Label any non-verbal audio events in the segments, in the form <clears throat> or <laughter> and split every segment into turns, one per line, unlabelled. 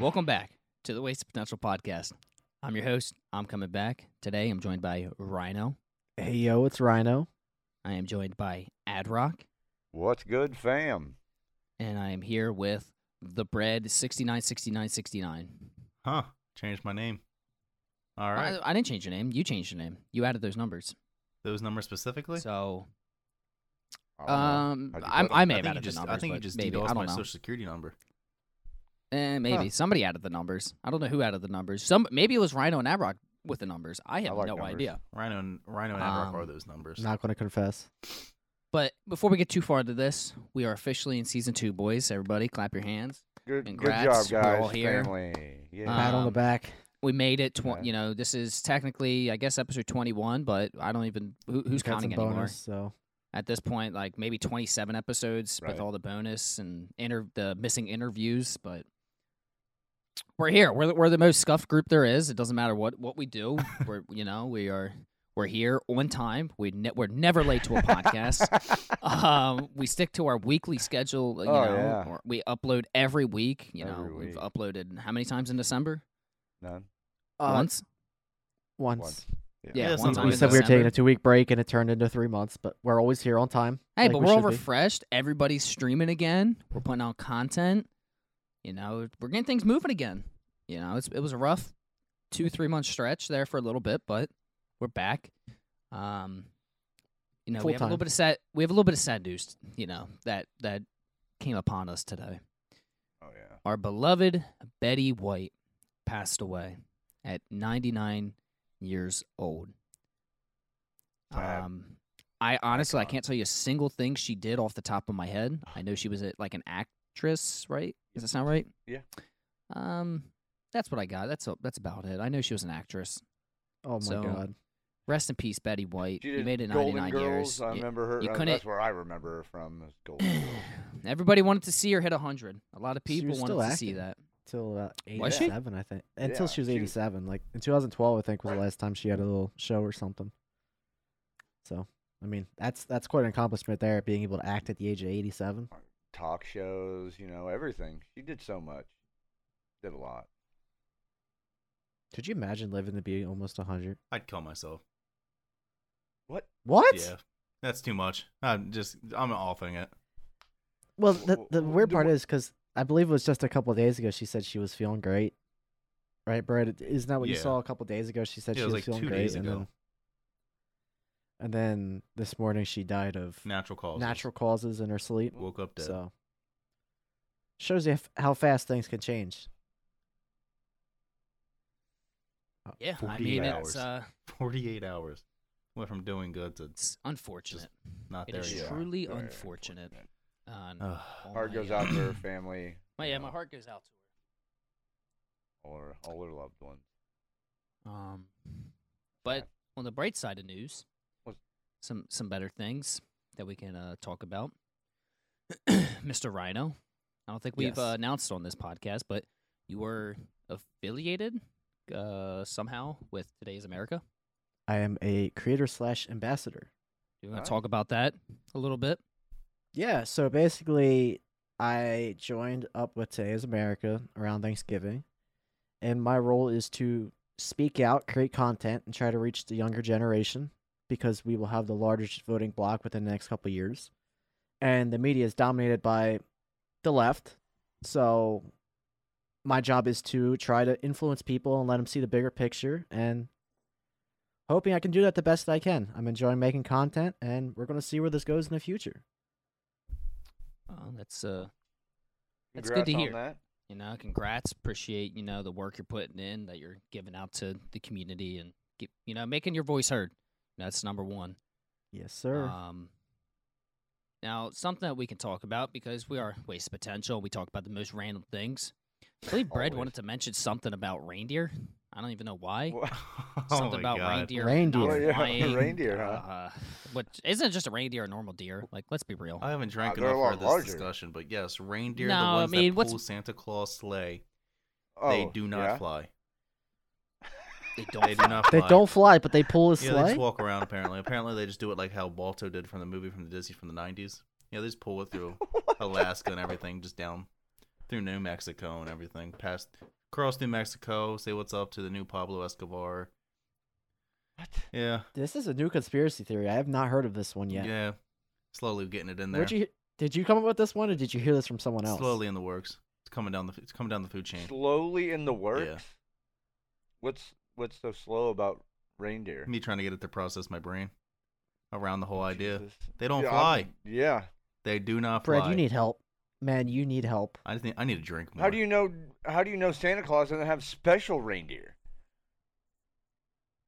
Welcome back to the Waste of Potential podcast. I'm your host. I'm coming back. Today I'm joined by Rhino.
Hey yo, it's Rhino.
I am joined by Adrock.
What's good, fam?
And I am here with the bread 696969.
Huh. Changed my name. All right.
I, I didn't change your name. You changed your name. You added those numbers.
Those numbers specifically?
So
I don't know.
um,
How'd you
I'm,
put 'em?
I
I
may
think
have
Oh, you
added
just,
the numbers.
I think you
but
just
maybe.
DDoSed
I
my
don't know.
social security number.
Eh, maybe
Huh.
somebody added the numbers. I don't know who added the numbers. Some maybe it was Rhino and Adrock with the numbers. I have
like
no
numbers.
idea.
Rhino and Rhino and Adrock are
Um,
those numbers.
Not gonna confess.
But before we get too far into this, we are officially in season two, boys. Everybody, clap your hands.
Good, good job,
Congrats, we're
guys.
all here.
Family. Yeah. <laughs>
Pat on the
Um,
back.
we made it. Tw-
Yeah.
You know, this is technically, I guess, episode twenty-one, but I don't even who, who's
We've got
counting
some
anymore
bonus, so
at this point. Like maybe twenty-seven episodes
Right.
with all the bonus and inter- the missing interviews, but. We're here. We're the, we're the most scuffed group there is. It doesn't matter what, what we
<laughs>
do. We're you know we are we're here on time. We ne- we're never late to a
<laughs>
podcast. um, we stick to our weekly schedule. You
Oh,
know,
yeah.
or we upload every week. You know,
Every
we've
week.
uploaded how many times in December?
None.
Uh,
Once.
once.
Once.
Yeah,
Yeah,
one
sometimes
time
we
in
said we were taking
December.
a two week break and it turned into three months, but we're always here on time.
Hey,
like
but
we
we're all
should be.
refreshed. Everybody's streaming again. We're putting out content. You know, we're getting things moving again. You know, it's, it was a rough two, three month stretch there for a little bit, but we're back. Um, you know, we have a
Full-time.
little bit of sad. We have a little bit of sad news. You know that that came upon us today.
Oh, yeah.
Our beloved Betty White passed away at 99 years old.
Wow.
Um, I honestly, I
Icon.
can't tell you a single thing she did off the top of my head. I know she was a, like an actress, right? Does that sound right?
Yeah.
Um, that's what I got. That's a, that's about it. I know she was an actress.
Oh my
So,
god.
Rest in peace, Betty White.
She
you
did
made it
Golden
99 years.
Girls. I
Yeah.
remember her.
you
uh,
couldn't-
That's where I remember her from. Is
<laughs>
Golden Girls.
<sighs> Everybody wanted to see her hit 100. A lot of
She was
people wanted
still
to see
acting.
that.
Till about eighty
Was she?
seven, I think. Until
Yeah,
she was
she was-
eighty seven. Like in two thousand twelve I think was
Right.
the last time she had a little show or something. So I mean that's that's quite an accomplishment there, being able to act at the age of eighty seven.
Talk shows, you know, everything. She did so much. Did a lot.
Could you imagine living to be almost hundred?
I'd kill myself.
What?
What?
Yeah. That's too much. I'm just I'm offing it.
Well,
Wh-
the,
wh-
the
wh-
weird
the
part
wh-
is because I believe it was just a couple of days ago she said she was feeling great. Right, Brad? Isn't that what you
Yeah.
saw a couple of days ago? She said
Yeah,
she
it
was
was like
feeling
two
great.
days
and,
ago.
then, and then this morning she died of
Natural cause.
natural causes in her sleep.
Woke up dead.
So shows you f- how fast things can change. Uh,
Yeah, I
48
mean,
hours.
it's, uh,
48 hours. Went from doing good to
it's unfortunate.
not
It
there
is
yet. <sighs> Oh
true. truly
Very
unfortunate. Uh,
Ugh.
all
Heart
my,
goes
uh,
out
<clears throat>
to her family.
My,
you
yeah,
know,
my heart goes out to
All her, all her loved ones.
her. Um, but on the bright side of news,
What-
some some better things that we can uh, talk about. <clears throat> Mr. Rhino, I don't think we've
Yes.
uh, announced on this podcast, but you were affiliated uh, somehow with Today's America.
I am a creator slash ambassador.
Do you want
Nice.
to talk about that a little bit?
Yeah, so basically, I joined up with Today's America around Thanksgiving, and my role is to speak out, create content, and try to reach the younger generation because we will have the largest voting bloc within the next couple of years. And the media is dominated by the left, so my job is to try to influence people and let them see the bigger picture and hoping I can do that the best I can. I'm enjoying making content and we're going to see where this goes in the future.
Uh, that's uh, That's good
Congrats
to
on
hear.
That.
you know, congrats. Appreciate you know the work you're putting in that you're giving out to the community and get, you know making your voice heard. That's number one.
Yes, sir.
Uh,
Um, now, something that we can talk about because we are waste of potential. We talk about the most random things. I believe Brad
Always.
wanted to mention something about reindeer. I don't even know why.
Well,
oh
<laughs> something
my
about
God.
reindeer.
Reindeer.
not
Oh,
yeah,
flying,
<laughs> reindeer, huh?
Uh, which isn't just a reindeer a normal deer. Like, let's be real.
I haven't drank
Uh, they're a
enough for
lot
this
larger.
discussion, but yes, reindeer
No, I
the ones
mean,
that
what's-
<laughs>
pull Santa Claus sleigh.
oh,
they do not
yeah?
fly.
They don't.
They do not.
They
fly.
don't fly, but they pull a
<laughs> Yeah, they
sleigh.
just walk around. Apparently, apparently they just do it like how Balto did from the movie from the Disney from the '90s. Yeah, they just pull it through Alaska and everything, just down through New Mexico and everything, past across New Mexico. Say what's up to the new Pablo Escobar.
What?
Yeah,
this is a new conspiracy theory. I have not heard of this one
yeah.
yet.
Slowly getting it in there.
Where'd you, did you come up with this one, or did you hear this from someone else?
Slowly in the works. It's coming down the. It's coming down the food chain.
Slowly in the works. What's what's so slow about reindeer?
Me trying to get it to process my brain around the whole idea.
Jesus.
They don't
Yeah,
fly.
I'm- yeah.
They do not fly.
Brad, you need help. Man, you need help.
I just need. I need to drink more.
How do you know? How do you know Santa Claus doesn't have special reindeer?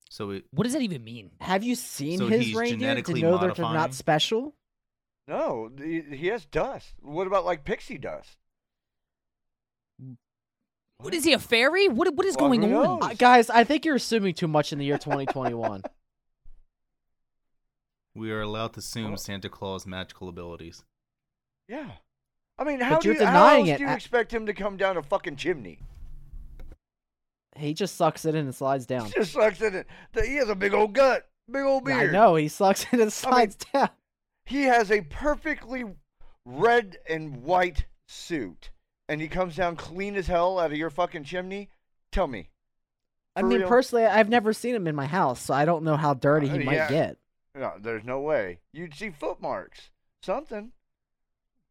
So it,
What does that even mean?
Have you seen
So
his
he's
reindeer to
genetically
know they're they're
modifying?
not special?
No, he he has dust. What about like pixie dust?
What is he a fairy? What what is
Well,
going
who
on?
knows?
Uh, guys, I think you're assuming too much in the year
<laughs>
2021.
we are allowed to assume
Oh.
Santa Claus' magical abilities.
Yeah. I mean, how do
you're
you, how
denying
else
it.
do you
I-
expect him to come down a fucking chimney?
he just sucks it in and slides down.
<laughs> Just sucks in it. The- He has a big old gut, big old
I
beard.
know he sucks it and slides down.
He has a perfectly red and white suit, and he comes down clean as hell out of your fucking chimney. Tell me,
I
For
mean,
real?
personally, I've never seen him in my house, so I don't know how dirty he
Uh,
might
yeah.
get.
no, there's no way you'd see footmarks, something.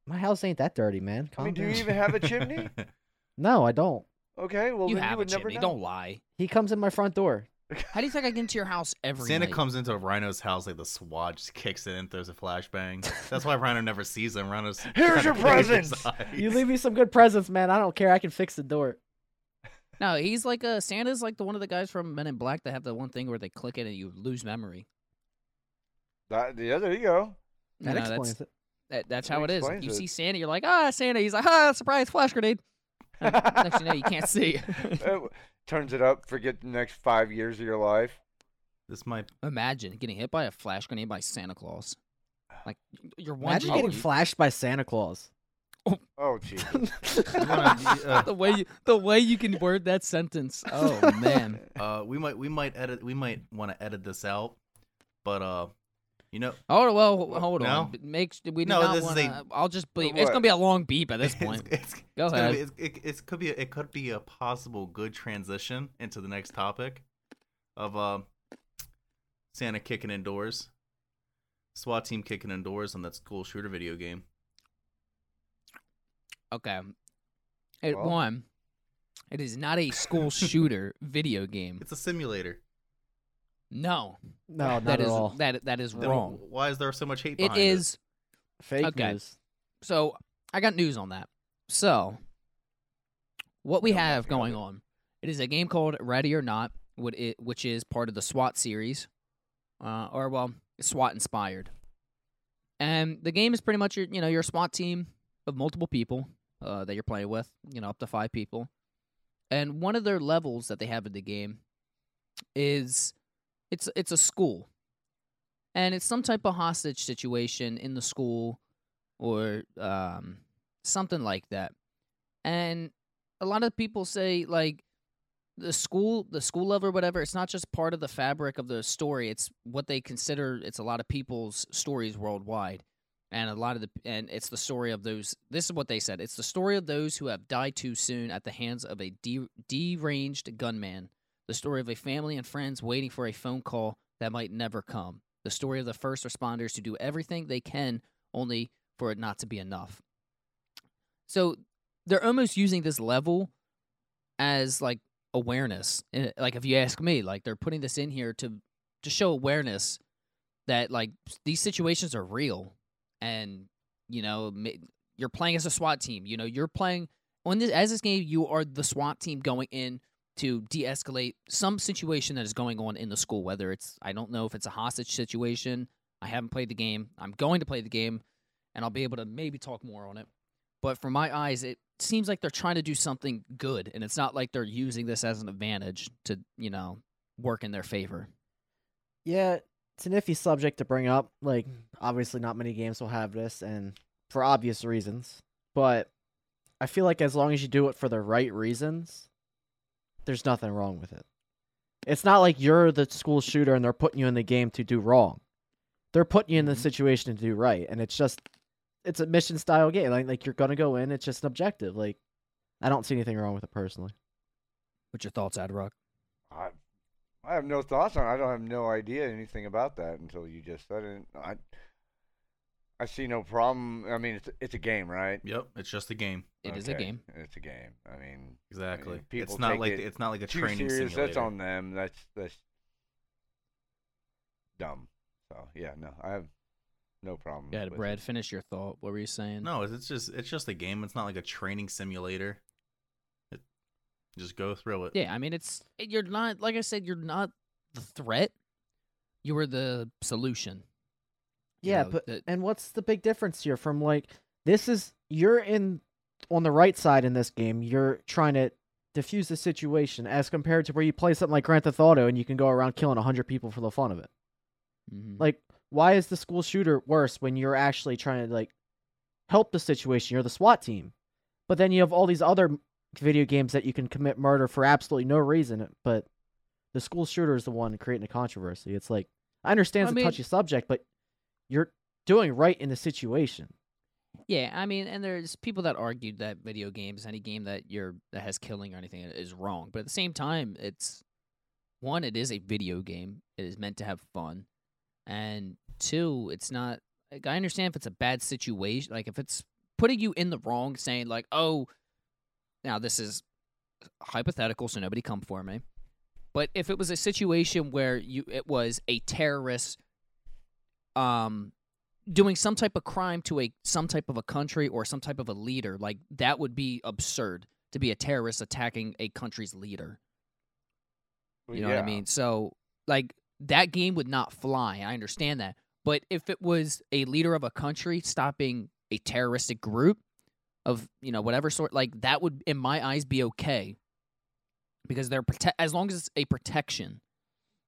My house ain't that dirty, man.
I
Calm
mean, do you
down.
even
<laughs>
have a chimney?
No, I don't.
Okay, well
you
then you
have a
would never
chimney.
know. <laughs>
Don't lie.
He comes in my front door.
How do you think I get into your house every
Santa
night?
comes into Rhino's house like the SWAT just kicks in and throws a flashbang. That's why Rhino never sees him. Rhino's
<laughs> Here's your
present.
presents!
You leave me some good presents, man. I don't care. I can fix the door.
No, he's like a Santa's like the one of the guys from Men in Black that have the one thing where they click it and you lose memory.
That- yeah, there you go.
That
No,
explains it.
That, that's
That
how it is.
explains
You
it.
see Santa, you're like, ah, Santa. He's like, ah, surprise, flash grenade. <laughs> Next you know, you can't
<laughs>
see. <laughs>
Uh, Turns it up. Forget the next five years of your life.
This might.
Imagine getting hit by a flash grenade by Santa Claus. Like you're one.
Imagine
oh,
getting
you-
flashed by Santa <laughs> Claus.
Oh, geez.
We're
<laughs>
gonna,
the way you, the way you can word that sentence. Oh man.
uh, uh, we might. We might edit. We might want to edit this out. But uh, you know,
Oh well, hold
No?
on. Make we do
No,
not
this is
want
a-
to. I'll just bleep. It's
What?
gonna be a long beep at this
<laughs> it's-
point.
it's-
Go
it's gonna be-
ahead.
it's- it, it's could be a, it could be a possible good transition into the next topic of uh, Santa kicking indoors, SWAT team kicking indoors on that school shooter video game.
Okay. At
Well.
one, it is not a
<laughs>
school shooter video game.
It's a simulator.
No,
no, not
that
at
is
all.
that that is
Then
wrong.
Why is there so much hate?
It
behind
is.
Fake
Okay.
news.
So I got news on that. So what we
Don't ask
have
about
going
it.
on, it is a game called Ready or Not, what it- which is part of the SWAT series, uh, or well, SWAT inspired. And the game is pretty much your, you know, your SWAT team of multiple people uh, that you're playing with, you know, up to five people. And one of their levels that they have in the game is it's it's a school, and it's some type of hostage situation in the school, or um, something like that. And a lot of people say like the school the school level or whatever it's not just part of the fabric of the story it's what they consider it's a lot of people's stories worldwide and a lot of the and it's the story of those this is what they said it's the story of those who have died too soon at the hands of a de- deranged gunman the story of a family and friends waiting for a phone call that might never come the story of the first responders who do everything they can only for it not to be enough so they're almost using this level as like awareness. And, Like if you ask me, like they're putting this in here to to show awareness that like s- these situations are real, and you know ma- you're playing as a SWAT team. You know you're playing on this as this game. You are the SWAT team going in to de-escalate some situation that is going on in the school. Whether it's I don't know if it's a hostage situation. I haven't played the game. I'm going to play the game, and I'll be able to maybe talk more on it but from my eyes it seems like they're trying to do something good and it's not like they're using this as an advantage to you know work in their favor
Yeah, it's an iffy subject to bring up. Like, obviously, not many games will have this, and for obvious reasons. But I feel like as long as you do it for the right reasons, there's nothing wrong with it. It's not like you're the school shooter and they're putting you in the game to do wrong. They're putting you in the
Mhm.
situation to do right, and it's just it's a mission style game. Like like you're gonna go in. It's just an objective. Like I don't see anything wrong with it personally.
What's your thoughts, Adrock?
I, I have no thoughts on. it. I don't have no idea anything about that until you just said it. I, I see no problem. I mean, it's it's a game, right?
Yep, it's just a game.
It is a
Okay,
game.
It's a game. I mean,
Exactly.
people
it's not
take
like
it
it's not like a
too
training
serious.
simulator.
That's on them. That's that's dumb. So yeah, no, I have no problem.
Go ahead,
with
Brad.
it.
Finish your thought. What were you saying?
No, it's just it's just a game. It's not like a training simulator. It, just go through it.
Yeah, I mean, it's you're not like I said, you're not the threat. You are the solution. You
Yeah,
know,
but
that-
and what's the big difference here from like this is you're in on the right side in this game. You're trying to diffuse the situation as compared to where you play something like Grand Theft Auto and you can go around killing 100 people for the fun of it.
mhm.
Like why is the school shooter worse when you're actually trying to like help the situation? You're the SWAT team. But then you have all these other m- video games that you can commit murder for absolutely no reason, but the school shooter is the one creating a controversy. It's like I
I
understand it's a
mean-
touchy subject, but you're doing right in the situation.
Yeah, I mean, and there's people that argued that video games, any game that you're that has killing or anything, is wrong. But at the same time, it's one, it is a video game. It is meant to have fun, and two, it's not. Like, I understand if it's a bad situation, like if it's putting you in the wrong, saying like, "Oh, now this is hypothetical, so nobody come for me." But if it was a situation where you it was a terrorist, um, doing some type of crime to a some type of a country or some type of a leader like that would be absurd to be a terrorist attacking a country's leader
Well,
you know what i
yeah.
mean so like that game would not fly i understand that but if it was a leader of a country stopping a terroristic group of you know whatever sort like that would in my eyes be okay because they're prote- as long as it's a protection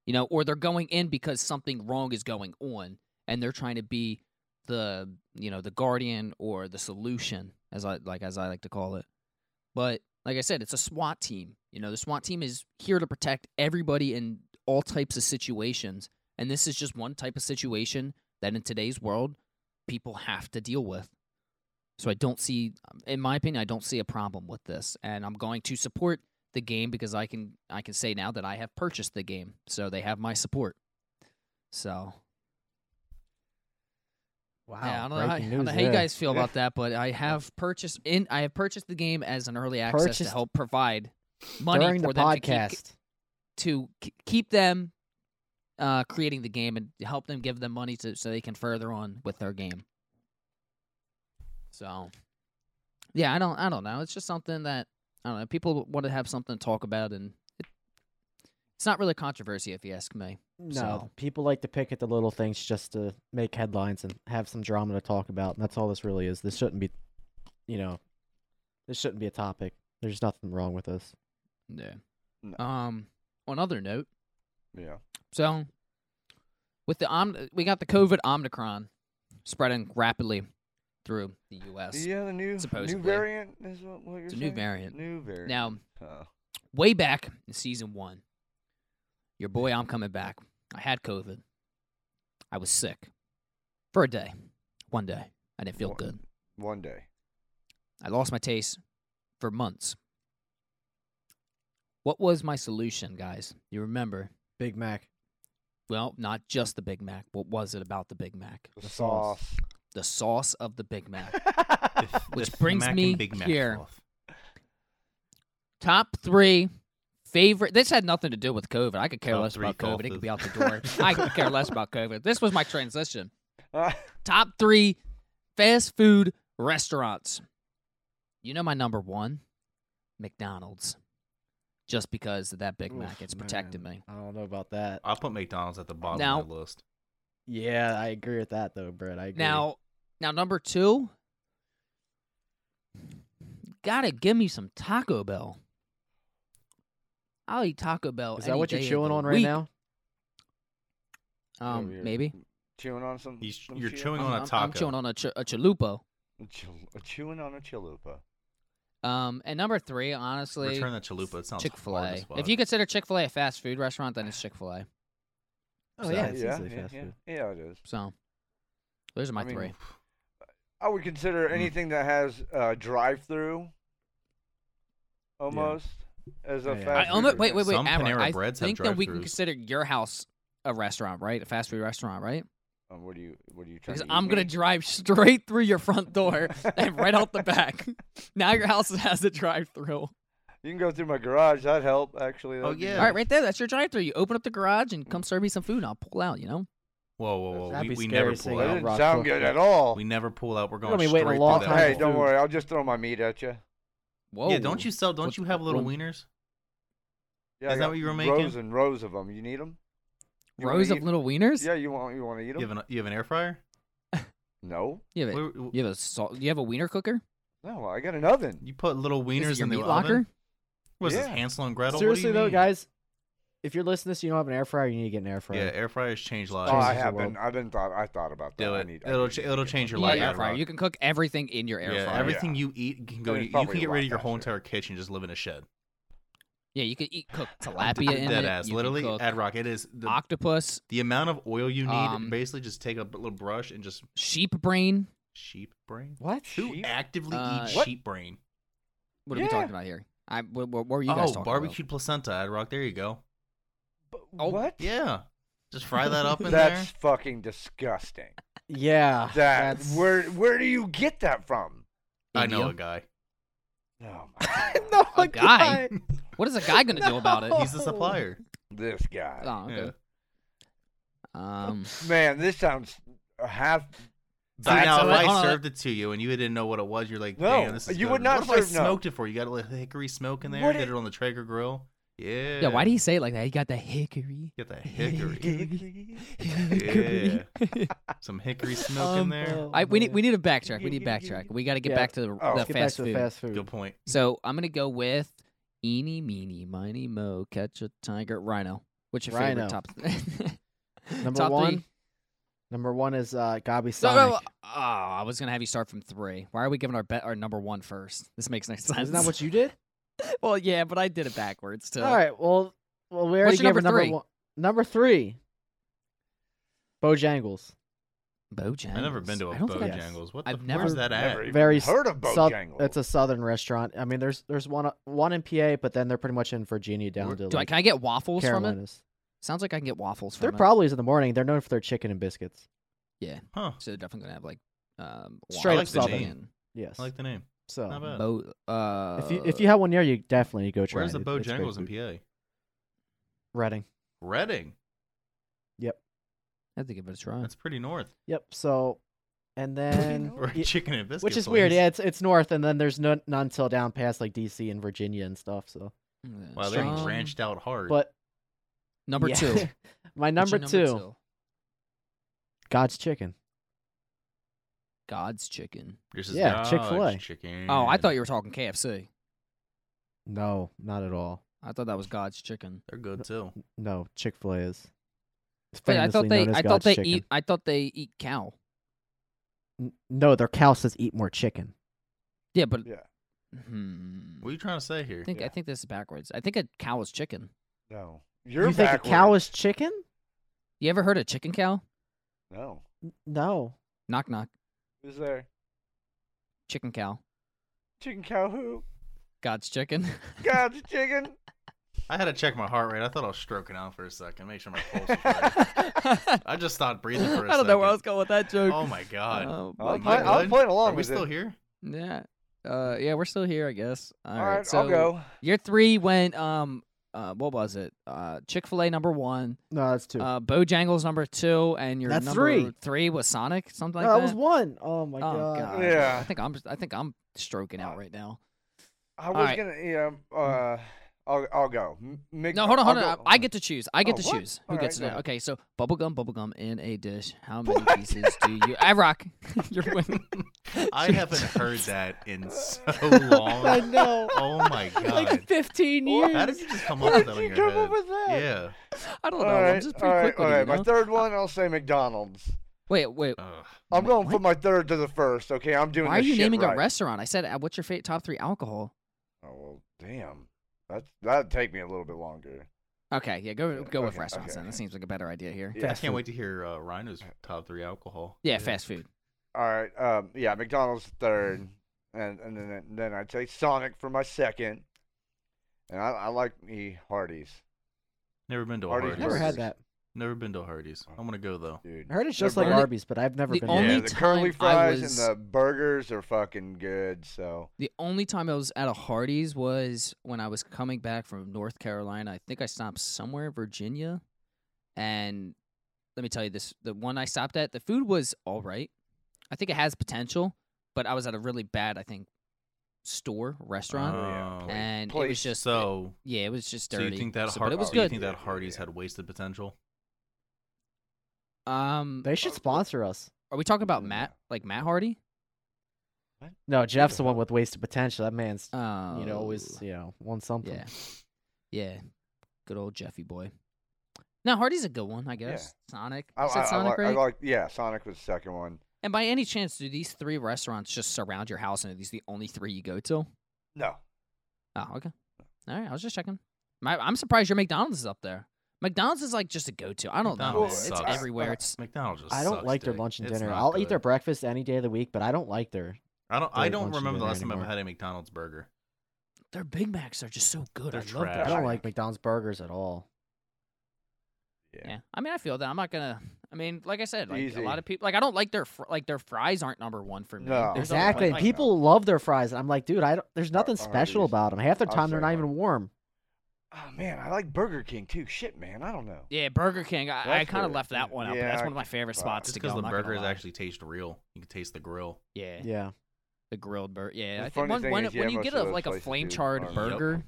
you know or they're going in because something wrong is going on and they're trying to be the you know the guardian or the solution as i like as i like to call it but like i said it's a swat team you know the swat team is here to protect everybody in all types of situations and this is just one type of situation that in today's world people have to deal with so i don't see in my opinion i don't see a problem with this and i'm going to support the game because i can i can say now that i have purchased the game so they have my support so
Wow.
yeah, I don't know, how, I don't know how you guys feel about that, but I have purchased in I have purchased the game as an early access to
Purchased-
help provide money
during
for
the
them to
podcast.
keep, to k- keep them uh, creating the game and help them give them money to so they can further on with their game. So, yeah, I don't I don't know. It's just something that I don't know. People want to have something to talk about, and it, it's not really controversy if you ask me.
No,
So-
people like to pick at the little things just to make headlines and have some drama to talk about. And that's all this really is. This shouldn't be, you know, this shouldn't be a topic. There's nothing wrong with this.
Yeah.
No.
Um. On other note.
Yeah.
So, with the om- we got the COVID Omicron spreading rapidly through the
Do
U.S.
you have a uh, new
supposedly.
new variant? Is what, what you're
It's a new
saying?
variant.
New variant.
Now,
Oh.
way back in season one, your boy, I'm coming back. I had COVID. I was sick for a day, one day. I didn't feel
One-
good.
One day.
I lost my taste for months. What was my solution, guys? You remember?
Big Mac.
Well, not just the Big Mac. What was it about the Big Mac?
The,
The sauce.
sauce.
The sauce of the Big Mac.
The-
<laughs>
Which
the
brings
Mac and
me
Big Mac
here.
sauce.
top three favorite. This had nothing to do with COVID. I could care
Top
less
three
about COVID. It
coughes.
could be out the
<laughs>
door. I could care less about COVID. This was my transition.
Ah, <laughs>
Top three fast food restaurants. You know my number one, McDonald's. Just because of that Big
Oof,
Mac, it's protected
man.
me.
I don't know about that.
I'll put McDonald's at the bottom
Now-
of the list.
Yeah, I agree with that though, Brett. I agree.
Now, now number two, gotta give me some Taco Bell. I'll eat Taco Bell.
is that
any
what you're
day of
chewing
the
on right
week.
now?
Um,
over here.
maybe.
Chewing on some.
You-
some
you're
shit?
chewing on a
I'm, I'm- I'm
taco.
chewing on a, ch- a chalupa.
Chil- chewing on a chalupa.
Um, and number three, honestly,
Return that chalupa. It sounds
Chick Fil
hard as
A.
fuck.
If you consider Chick Fil A a fast food restaurant, then it's Chick Fil A.
Oh yeah,
So-
it's
yeah,
easily
yeah,
fast
yeah,
food.
yeah, it is.
So those are my
I mean,
three.
I would consider
Mm.
anything that has uh, drive-through almost as a
Oh, yeah.
fast
I
food
almost, wait, wait,
restaurant.
wait.
Some
Abra,
Panera
I
Breads have
think that we can
drive-thrus.
consider your house a restaurant, right? A fast food restaurant, right?
Um, what do you what are you trying
Because
to
I'm gonna drive straight through your front
<laughs>
door and right out the back. <laughs> Now your house has a drive-through.
You can go through my garage. That'd help actually.
Oh,
that'd be
yeah.
All right, right there. That's your drive-through. You open up the garage and come serve me some food. and I'll pull out. You know.
Whoa, whoa, whoa.
That'd
We,
be
we
scary
never
seeing
pull
That
how
out.
didn't
Rock
sound
looked
good
like-
at all.
We never pull out. We're
You're
going
gonna be
straight
waiting a
through
long
that
time
whole
Hey,
for
thing.
don't
food.
worry. I'll just throw my meat at you.
Whoa.
Yeah, don't you sell? Don't
What-
you have little
what-
wieners?
Yeah, I
Is that
got
what you were
Rows
making?
and rows of them. You need them?
rows of little wieners?
Yeah, you want you want to eat
You
them?
have an you have an air fryer?
No,
You have a,
Where- w-
you have a salt, you have a wiener cooker?
no. I got an oven.
You put little
Is it
wieners
your
in the
meat
oven?
locker?
Was this
Yeah.
Hansel and Gretel? What do
Seriously
you
though,
mean?
guys, if you're listening to this, you don't have an air fryer, you need to get an air fryer.
Yeah, air fryers change
Oh,
lives.
Jesus,
I
the
have
world.
been. I've been thought. I thought about that.
Do
I
it.
need. I
It'll
do
ch-
need to
it'll
get
change
one.
your
Yeah,
life.
air
Yeah,
fryer.
Rob.
You can cook everything in your air
yeah,
fryer.
everything you eat can go.
And
To,
it's
you can
probably
get
a
rid
lot
of your whole
faster.
entire kitchen. Just live in a shed.
Yeah, you can eat
<laughs>
cook
Dead
tilapia in it.
ass.
you can
Literally,
cook
Ad Rock. It is the,
octopus,
the amount of oil you need.
Um,
basically, just take a b- little brush and just
sheep brain.
sheep brain.
What?
Who
Sheep?
actively
Uh,
eats
What?
sheep brain?
What are we
Yeah.
talking about here? I what, what, what were you guys
oh,
talking
barbecue placenta. Ad Rock. There you go.
But
Oh,
What?
Yeah, just fry that up in
That's fucking disgusting.
Yeah. Ah,
That
that's-
where where do you get that from?
about?
there. I know a
India?
guy.
Oh
<laughs>
my God.
A guy?
no,
What is a guy
<laughs>
gonna do about it?
No.
Uh, He's the supplier.
This guy.
Oh, <laughs> okay.
Yeah. <laughs>
Um,
Man, this sounds uh, half.
<laughs>
So
Back
now,
to
if
it.
I
Hold on.
served it to you and you didn't know what it was, you're like,
No,
damn, this is
you
good.
would not
What if I
serve- no.
smoked it for you? You got a little hickory smoke in there.
What
did
it-
it on the Traeger grill. Yeah.
yeah, why do you say it like that? He got the
<laughs>
hickory.
get that hickory?
<laughs> hickory. Um, uh,
Some hickory smoke in there.
I, we need we need a backtrack. We need a backtrack. We got to get
Yeah.
back to the,
Oh.
the
Let's
Let's get back
fast
to the
food.
fast food.
Good point.
So I'm gonna go with eeny, meeny, miny, mo, catch a tiger, rhino. What's your
Rhino.
favorite top? <laughs>
Number
top
one.
Three?
Number one is uh, Gabi
So,
Sonic.
oh, I was gonna have you start from three. Why are we giving our bet our number one first? This makes no sense. <laughs>
Isn't that what you did?
well, yeah, but I did it backwards. So.
All right. Well, well, we already
What's
gave
your number
her number
three?
one. Number three. Bojangles.
Bojangles.
I've never been to a
I don't think I've-
Bojangles. What the
I've
f-
never-
Where's that at?
Never
Very
even heard of
Sou-
Bojangles.
it's a southern restaurant. I mean, there's there's one one in PA, but then they're pretty much in Virginia down
Where-
to
Do I,
like,
can I get waffles from it?
Carolinas.
Sounds like I can get waffles
They're
from
probably in the morning. They're known for their chicken and biscuits.
Huh.
it. So they're definitely gonna have like um,
Straight
up
waffles
Southern.
and
Yes.
I like the name.
so
Not bad.
Bo- uh,
if you if you have one near you, definitely go try.
Where's the
it. It's- it's great
Bojangles in
food.
PA?
Reading.
Reading.
I have to give it a try.
That's pretty north.
Yep. So,
<laughs>
and then
Or
y-
chicken and biscuits.
which is weird. Yeah, it's it's north, and then there's none none till down past like D.C. and Virginia and stuff. So,
Yeah,
Wow, they're
strange.
ranched out hard.
but
Number
yeah.
two. What's your
<laughs> my number, two,
two.
God's Chicken.
God's chicken.
Yours is
yeah,
God's
Chick-fil-A.
Chicken.
Oh, I thought you were talking KFC.
No, not at all.
I thought that was God's chicken.
They're good too.
No, Chick Fil A is. It's
Wait, I
famously
thought they
known as
I thought
God's
they
chicken.
eat I thought they eat cow.
N- No, their cow says eat more chicken.
Yeah, but
yeah.
hmm.
What are you trying to say
I
here?
think I
Yeah.
think this is backwards. I think a cow is chicken.
No. You're
you think
backwards.
a cow is chicken?
You ever heard of chicken cow?
No.
N- No.
Knock knock.
Who's there?
Chicken cow.
Chicken cow who?
God's chicken. <laughs>
God's chicken.
I had to check my heart rate. I thought I was stroking out for a second, make sure my pulse was right.
I
I just stopped breathing for a
don't
second.
know where <laughs> I was going with that joke.
Oh my god.
Oh,
I'll,
my
my
play,
God.
I'll
God.
play along
Are we
with
still
it.
here?
Yeah. Uh, yeah, we're still here, I guess. <laughs> All
All right,
so
I'll go.
Your three went um uh what was it? Uh Chick fil A number one,
No, that's two.
uh Bojangles number two, and your
That's
number
three.
was Sonic, something
no,
like
that
that.
was one. Oh my
oh
god.
god.
Yeah. Oh.
I think I'm I think I'm stroking out right now.
I was
right.
gonna. Yeah. Uh. I'll. I'll go. M- Mc-
No, hold on,
I'll
hold on.
go-
I get to choose. I get
Oh,
to
what?
choose. Who
All
gets
right,
it?
go.
Okay, so bubblegum, bubblegum in a dish. How many pieces do you <laughs> I rock. You're
<laughs>
winning.
I
Your
haven't
<laughs>
heard
choice.
that in so
I
long. <laughs>
know.
Oh my god.
like 15 years.
How did you just come up
Where
with
did
that
you
on your
come up
head?
with that?
Yeah.
I don't
All
know.
right,
I'm just
all
pretty
right,
quick with
all
it, you
right. My
know?
third one, I'll say McDonald's.
Wait, wait.
Ugh.
I'm going
What?
for my third to the first. Okay, I'm doing.
Why are
this
you
shit
naming
right.
a restaurant? I said, uh, what's your fa- top three alcohol?
Oh well, damn. That's that'd take me a little bit longer.
Okay, yeah, go
Yeah,
go with
okay,
restaurants
okay,
then. That
okay.
seems like a better idea here. Yeah,
I
Fast
can't
food.
wait to hear uh, Rhino's top three alcohol.
fast food.
All right. Um. Yeah. McDonald's third,
Mm-hmm.
and and then and then I'd say Sonic for my second. And I, I like me Hardee's,
Never been to a
Hardee's
Hardee's.
Never had that. Oh.
Never been to a Hardee's. I want to go though.
dude.
I heard it's just
They're
like
burning-
Arby's, but I've never
the
been.
only
there.
yeah, the curly
time I
fries
was-
and the burgers are fucking good. So
The only time I was at a Hardee's was when I was coming back from North Carolina. I think I stopped somewhere in Virginia, and let me tell you this: the one I stopped at, the food was all right. I think it has potential, but I was at a really bad, I think, store restaurant,
yeah,
Oh.
please.
and it was
place,
just
so,
yeah, it was just
so
dirty.
you think that
so-
Har-
but it was
so you
good.
think that
Yeah, yeah,
Hardee's
yeah.
had wasted potential?
um,
They should sponsor us.
are we talking about
Yeah.
Matt, like Matt Hardy?
No, Jeff's the one with wasted potential. That man's
Uh,
you know always you know won something.
Yeah. Yeah. Good old Jeffy boy. Now Hardy's a good one, I guess. Sonic.
I,
Is that
I, I,
Sonic
like, I
right?
like. Yeah, Sonic was the second one.
and by any chance, do these three restaurants just surround your house and are these the only three you go to?
No,
Oh, okay. All right, I was just checking. My, I'm surprised your McDonald's is up there. McDonald's is like just a go to. I don't know.
McDonald's
It's, it's
sucks.
everywhere. It's
McDonald's just
I don't
sucks
like their
dick.
lunch and
It's
dinner.
not
I'll eat
good.
their breakfast any day of the week, but I don't like their.
I don't. I
their
don't
lunch and
remember the
dinner
last time I've
anymore.
had a McDonald's burger.
their Big Macs are just so good.
They're
I love them.
I
trash.
don't like McDonald's burgers at all.
Yeah.
Yeah, I mean, I feel that. I'm not gonna. I mean, like I said, like
Easy.
a lot of people, like I don't like their fr- like their fries aren't number one for me.
No.
There's other ones
Exactly.
like that.
People love their fries, and I'm like, dude, I don't, there's nothing
Ar-
special
Arby's.
about them. Half the
I'll
time they're
say
not even
Arby's.
warm.
Oh man, I like Burger King too. Shit, man, I don't know.
Yeah, Burger King. I, I
That's
kind of
where-
left that one out, but
yeah,
that's
I
one of my favorite
wow.
spots
It's
Just
to go.
because the
I'm not gonna
burgers
lie.
actually taste real. You can taste the grill.
yeah,
Yeah.
the grilled burger. Yeah,
The
I think
funny
when
thing
when,
is,
when
yeah,
you
most
get
of
a
those
like a
places do
flame charred
are- Yep.
burger,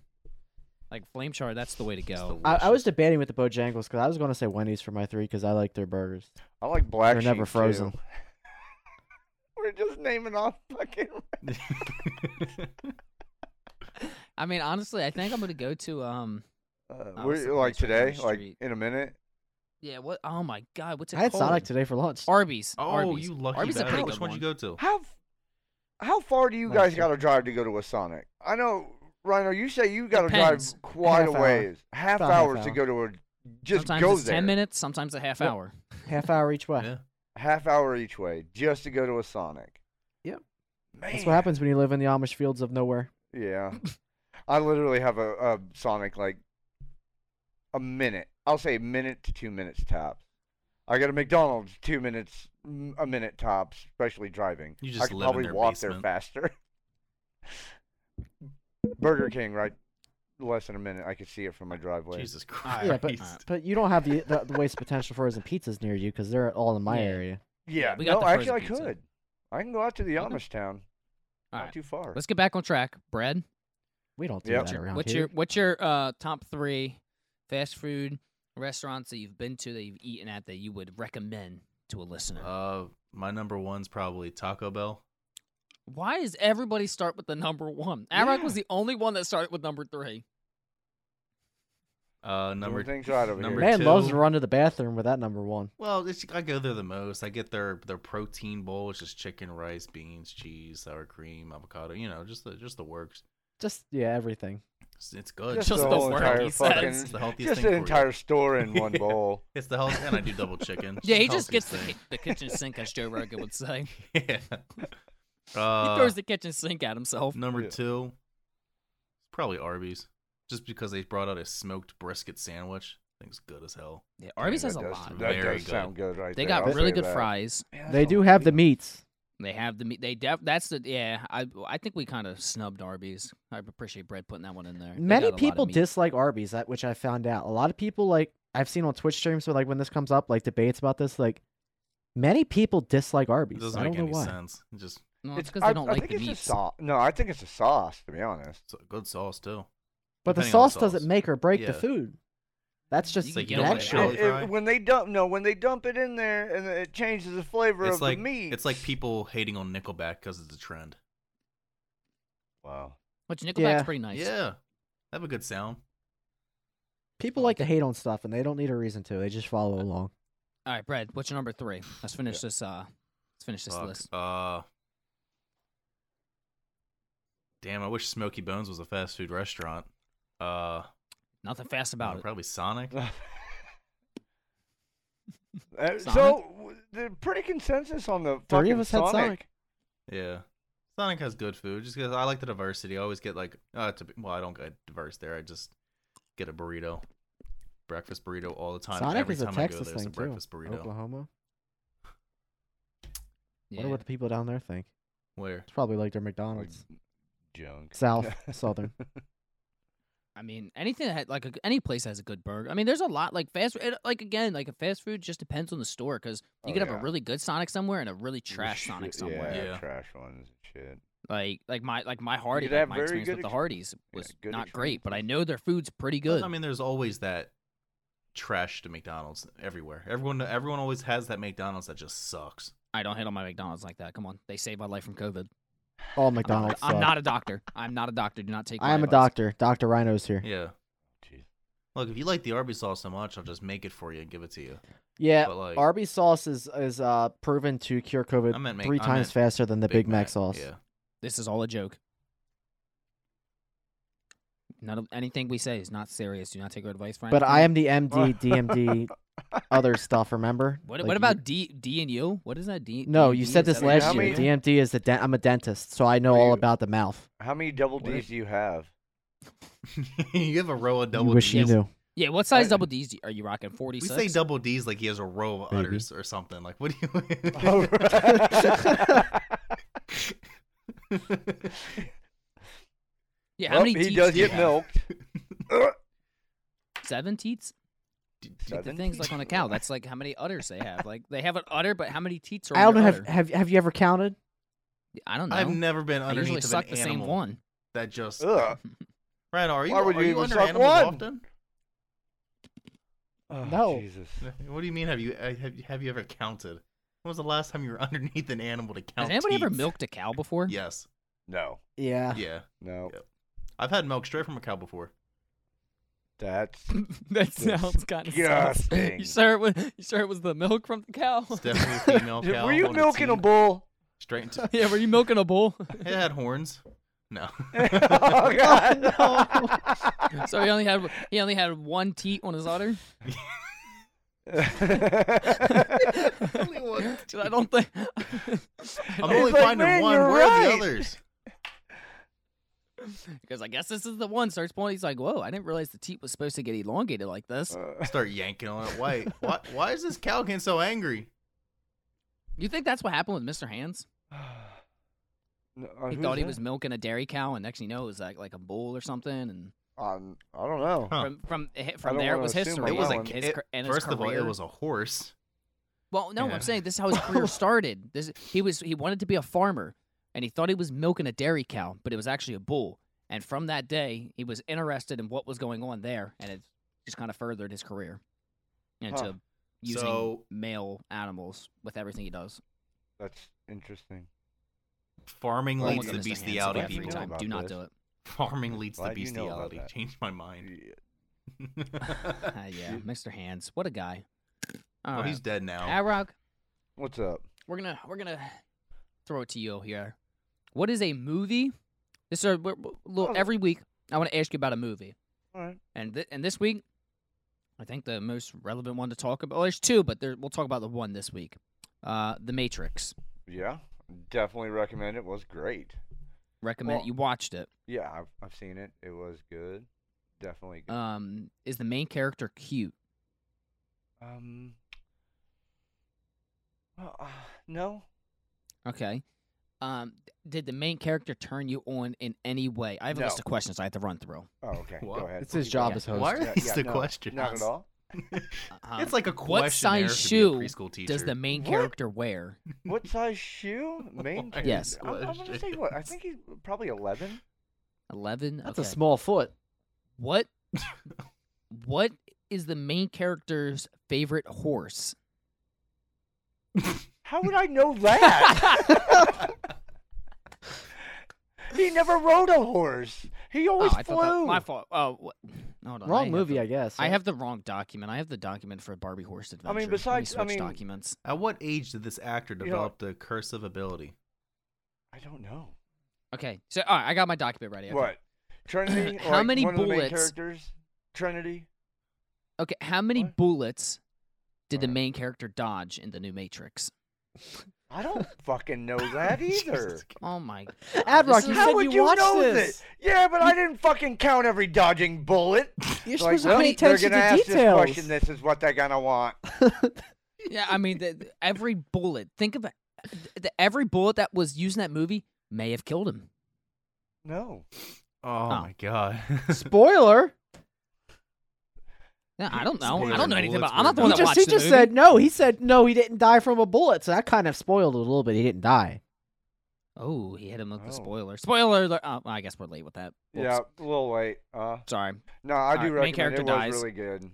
like flame charred, that's the way to go.
I, I was debating with the Bojangles because I was going to say Wendy's for my three because I like their burgers.
I like Black.
They're never
Sheep, too.
frozen.
<laughs> We're just naming off <laughs>
<laughs>
fucking.
I mean, honestly, I think I'm gonna go to um.
Uh,
Oh,
we're-
it's the
like
place right down the
today, like
street.
in a minute.
Yeah, what? Oh my God, what's it
I had
called?
Sonic today for lunch.
Arby's.
Oh,
Arby's.
you lucky
Arby's is a
bastard.
pretty
Which
good
one
one.
you go
Oh.
to?
How f- how far do you
Nice
guys
one.
got to drive to go to a Sonic? I know, Rhino. You say you got to drive
Depends.
quite
Half
a
hour.
ways, half
About half
hours to
hour.
go to a. Just
sometimes
go
it's
there.
ten minutes, sometimes a half
Yep.
hour.
Half hour each way.
Yeah.
Half hour each way, just to go to a Sonic.
Yep.
Man.
That's what happens when you live in the Amish fields of nowhere.
Yeah. I literally have a, a Sonic like a minute. I'll say minute to two minutes tops. I got a McDonald's two minutes, m- a minute tops, especially driving.
You
I
just
could
live in
probably
their
walk there
basement.
faster. Burger King, right? Less than a minute. I could see it from my driveway.
Jesus Christ.
Alright.
Yeah, but but you don't have the the, the waste potential frozen pizzas near you because they're all in my
Yeah.
area.
Yeah,
we got
no,
the
actually, I
frozen pizza.
could. I can go out to the
Okay.
Amish town.
All
Not
right,
too far.
let's get back on track. Bread.
We don't do
Yep.
that around
what's
here.
your what's your uh, top three fast food restaurants that you've been to that you've eaten at that you would recommend to a listener?
Uh, my number one's probably Taco Bell.
Why does everybody start with the number one? Arak
Yeah.
was the only one that started with number three.
Uh, number
Doing things right over
number
here.
Man loves
two.
to run to the bathroom with that number one.
Well, it's, I go there the most. I get their their protein bowl, which is chicken, rice, beans, cheese, sour cream, avocado. You know, just the just the works.
Just yeah, everything.
It's, it's good.
Just the
whole
work,
entire
he says.
fucking,
It's the healthiest
just
thing
an
for you.
entire store in one
<laughs> Yeah.
bowl.
It's the health, and I do double chicken.
<laughs>
It's
Yeah,
the
he just gets
healthiest
the, ki- the kitchen sink, as Joe Rogan would say.
thing. <laughs> yeah.
<laughs> He
Uh,
throws the kitchen sink at himself.
number
Yeah.
two, it's probably Arby's, just because they brought out a smoked brisket sandwich. Thing's good as hell.
Yeah, Arby's
Damn,
has a
that does-
lot.
That
Very
does
good.
sound good, right
They
there.
got
I'll
really
say
good
that.
fries.
Man, that
They
sounds
do have the
really-
meats.
They have the meat. They def. That's the yeah. I I think we kind of snubbed Arby's. I appreciate Brett putting that one in there. They got a
Many
lot of
people
meat.
dislike Arby's, that which I found out. A lot of people like I've seen on Twitch streams, so like when this comes up, like debates about this, like many people dislike
It
Arby's.
doesn't
I don't
make
know
any
why.
sense. It's just
No, it's
It's-
because
I-
they don't
I
like
think
the
it's a
meats.
sau- No, I think it's a sauce. To be honest,
it's a good sauce too.
But the
Depending on
sauce, doesn't make or break
Yeah.
the food. That's just
It's
like you
an
don't like
extra.
chili
It- it-
fry?
when they dump no, when they dump it in there and it changes the flavor
It's
of
like
the meat.
it's like people hating on Nickelback because it's a trend.
Wow.
<laughs>
<laughs>
Which Nickelback's
Yeah.
pretty nice.
Yeah, have a good sound.
People like to hate on stuff, and they don't need a reason to. They just follow along.
All right, Brad. What's your number three? Let's finish this. Uh, let's finish this
Fuck.
list.
Uh, Damn, I wish Smoky Bones was a fast food restaurant. Uh,
Nothing fast about it.
probably Sonic.
Uh,
Sonic?
so w- the pretty consensus on the
Three of
fucking
us had Sonic.
Yeah. Sonic has good food just because I like the diversity. I always get like, uh, to be, well, I don't get diverse there. I just get a burrito, breakfast burrito all the time.
Sonic
Every
is a
time I go,
Texas
there's
thing
a breakfast
too.
burrito.
Oklahoma.
Yeah.
Wonder what the people down there think.
Where?
It's probably like their
Like,
<laughs>
McDonald's.
junk.
South,
<laughs>
southern.
I mean, anything that had, like a, any place that has a good burger. I mean, there's a lot like fast food. Like again, like a fast food just depends on the store because you
Oh,
could have
yeah.
a really good Sonic somewhere and a really trash
Shit,
Sonic somewhere.
Yeah,
Yeah.
trash ones and shit.
Like like my like my Hardy,
could
like
have
my
very
experience
good
with the
ex-
Hardys was
good
not great, but I
experiences.
know their food's pretty good.
I mean, there's always that trash to McDonald's everywhere. Everyone, everyone always has that McDonald's that just sucks.
I don't hit on my McDonald's like that. Come on, they saved my life from COVID.
All
I'm not-
McDonald's.
I'm,
suck.
not a doctor. I'm not a doctor. Do not take.
I
my
am a
advice.
doctor. Doctor Rhino's here.
Yeah.
Jeez.
Look, if you like the Arby's sauce so much, I'll just make it for you and give it to you.
Yeah,
But, like-
Arby's sauce is is uh, proven to cure COVID
I meant Mc-
three
I
times
meant
faster than the Big, Mac, sauce.
Yeah. <laughs>
This is all a joke. None of anything we say is not serious. Do not take our advice, Frank.
But I am the
<laughs>
MD, DMD, other stuff. Remember?
What,
Like,
what
you-
about D D and U? What is that D?
No,
D&D?
you said
Is
this
that what you
last
said?
year.
D-
DMD is the dent. I'm a dentist, so I know
Are
all
you-
about the mouth.
How many double
What?
D's do
<laughs>
you have?
you have a row of
You
double
wish you
D's.
knew.
Yeah, what size double D's do- are you rocking? Forty
We
six.
say double D's like he has a row of
Maybe. Oh,
udders or something. Like, what do you? <laughs>
Oh,
<laughs>
<laughs> Yeah, how
Well,
many
he
teats
does
do you
get
have?
milked. Uh,
Seven teats.
D- d-
Like the
Seven
things like on a cow. That's like how many udders they have. Like they have an udder, but how many teats are?
I don't know.
on your
Have,
udder?
have have you ever counted?
I don't know.
I've never been
I usually
underneath of an
suck the
animal
same one.
that
<laughs>
<laughs>
just.
ugh.
Ryan, are you?
Why would
are
you
you,
even
under
suck
animals
one?
often?
Oh,
No.
Jesus.
What do you mean? Have you uh, have you, have you ever counted? When was the last time you were <laughs> underneath an animal to count?
Has anybody ever
teats?
milked a cow before?
Yes.
No.
Yeah.
Yeah.
No.
Yeah. I've had milk straight from a
<laughs>
cow before.
That's
<laughs>
<laughs>
that sounds kind of <laughs>
Disgusting.
You sure it was? You sure it was the milk from the cow? <laughs>
It's definitely
<laughs>
a female cow.
Were you
on its
milking a
teat,
bull? <laughs>
Straight into.
yeah, were you milking a bull?
<laughs> It had horns.
<laughs>
No.
oh
<laughs>
god. <laughs>
so he only had he only had one teat on his udder.
<laughs> Only one.
Dude, <laughs> I don't think.
I'm
It's
only
like,
finding
man,
one.
you're
Where are the
right. <laughs>
others?
Because I guess this is the one. Starts pulling. He's like, "Whoa! I didn't realize the teat was supposed to get elongated like this."
Uh,
Start yanking on it. Why? Why, why is this cow getting so angry?
You think that's what happened with Mr. Hands?
Uh, <sighs> No,
He
who's
thought he
that?
was milking a dairy cow, and next thing you know, it was like like a bull or something. And
Um, I don't know.
Huh.
from from eh, from
don't
there, it
wanna
was
assume
history.
on
It
that
was a
and
one.
his,
it-
cr- and his
First of all, it
career.
was a horse.
Well, no,
Yeah.
I'm saying this is how his
<laughs>
career started. This he was he wanted to be a farmer, and he thought he was milking a dairy cow, but it was actually a bull. And from that day, he was interested in what was going on there, and it just kind of furthered his career into
Huh.
using
So-
male animals with everything he does.
That's interesting.
Farming
Well,
Don't
Leads
look at
leads to
Mr. Hands
bestiality,
every
people.
time.
About
Do not
this.
do it.
Farming leads to
Glad you know about
bestiality.
that.
Changed my mind.
<laughs> Ah, yeah, Mr. Hands, what a guy. All
Well,
right.
Oh, he's dead now.
Arog,
What's up?
we're gonna we're gonna throw it to you here. What is a movie? This are we're, we're- little,
Oh.
every week. I want to ask you about a movie,
All right.
and th- and this week, I think the most relevant one to talk about. Well, there's two, but there, we'll talk about the one this week. Uh, the Matrix.
Yeah, definitely recommend it. Was great.
Recommend
Well-
you watched it.
Yeah, I've, I've seen it. It was good. Definitely good.
Um, is the main character cute?
um. Well, uh, no.
Okay. Um, did the main character turn you on in any way? I have a
No.
list of questions I have to run through.
Oh, okay.
What?
Go ahead.
It's his job
Yeah.
as host.
Why
Yeah,
are these
yeah,
the
no,
questions?
Not at all.
Uh,
It's like a
What
questionnaire
size
to be a
shoe
preschool teacher. <laughs>
does the main
What?
character wear?
What size shoe?
Oh
Main.
Why are
Yes.
these
I'm, I'm gonna say what? I
<laughs>
think he's probably eleven.
Eleven.
That's a
okay.
small foot.
What? what is the main character's favorite horse?
How would
<laughs>
I know that? he never rode a horse. Oh, He always
Oh, I thought that
flew.
my fault. Oh, what? hold on, I
Wrong
have
movie,
the-
I guess.
I
huh?
have the wrong document. I have the document for Barbie Horse Adventure.
I mean,
Let me
besides- I
switch
mean-
documents.
At what age did this actor
You know-
develop the cursive ability?
I don't know.
Okay, so all right, I got my document ready. Okay.
What?
<clears throat>
Trinity?
How
like,
many
one Of the main
bullets?
characters? Trinity?
Okay, how many
What?
bullets did the
Alright.
main character dodge in the new Matrix?
I don't fucking
<laughs>
know <laughs> <laughs> that either.
Jesus Christ.
Oh my! God,
Adrock,
this
you
is-
said
How would
you
you
watched
know
this.
this? Yeah, but I didn't fucking count every dodging bullet.
You're
Like,
supposed
well,
to pay
they're
attention
gonna
to
ask this
details.
question. This is what they're gonna want.
yeah, I mean, the, the- every bullet. Think of it. The, every bullet that was used in that movie may have killed him.
No.
Oh,
Oh.
my god.
<laughs>
<laughs>
Spoiler.
Yeah, I don't know. I
Spoiler,
don't know anything
bullets
about. I'm not the
were
one
He
that
not-
just,
watched
he
the
just
movie.
said no. He said no. He didn't die from a bullet, so that kind of spoiled it a little bit. He didn't die.
Oh, he hit him with the
Oh.
spoiler. Spoiler alert. Oh, I guess we're late with that. Whoops.
Yeah, a little late. Uh,
Sorry.
no, I
Alright,
do
main
recommend
character
it.
dies.
was really good. It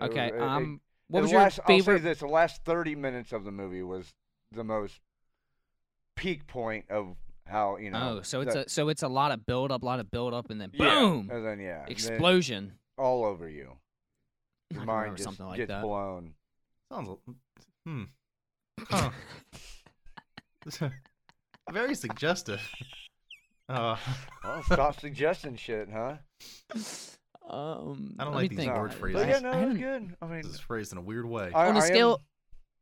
was-
Okay.
it- it-
Um. What
the
was your
last, I'll say
favorite?
this: the last thirty minutes of the movie was the most peak point of how you know.
oh, so it's
the-
a so it's a lot of build up, lot of build up, and then
yeah,
boom,
and then yeah, and then
explosion.
all over you. Your
I don't
mind
remember
just
something like
gets
that. <laughs>
blown.
Sounds. a- Hmm. Huh. Very suggestive. <laughs>
<laughs>
Uh,
Well, Oh, stop suggesting shit, huh?
Um,
I don't
let
like
me
these
think.
word
I-
phrases.
But yeah,
I
no, it was
haven't-
good. I mean,
this is phrased in a weird way.
I,
On a
I am-
scale-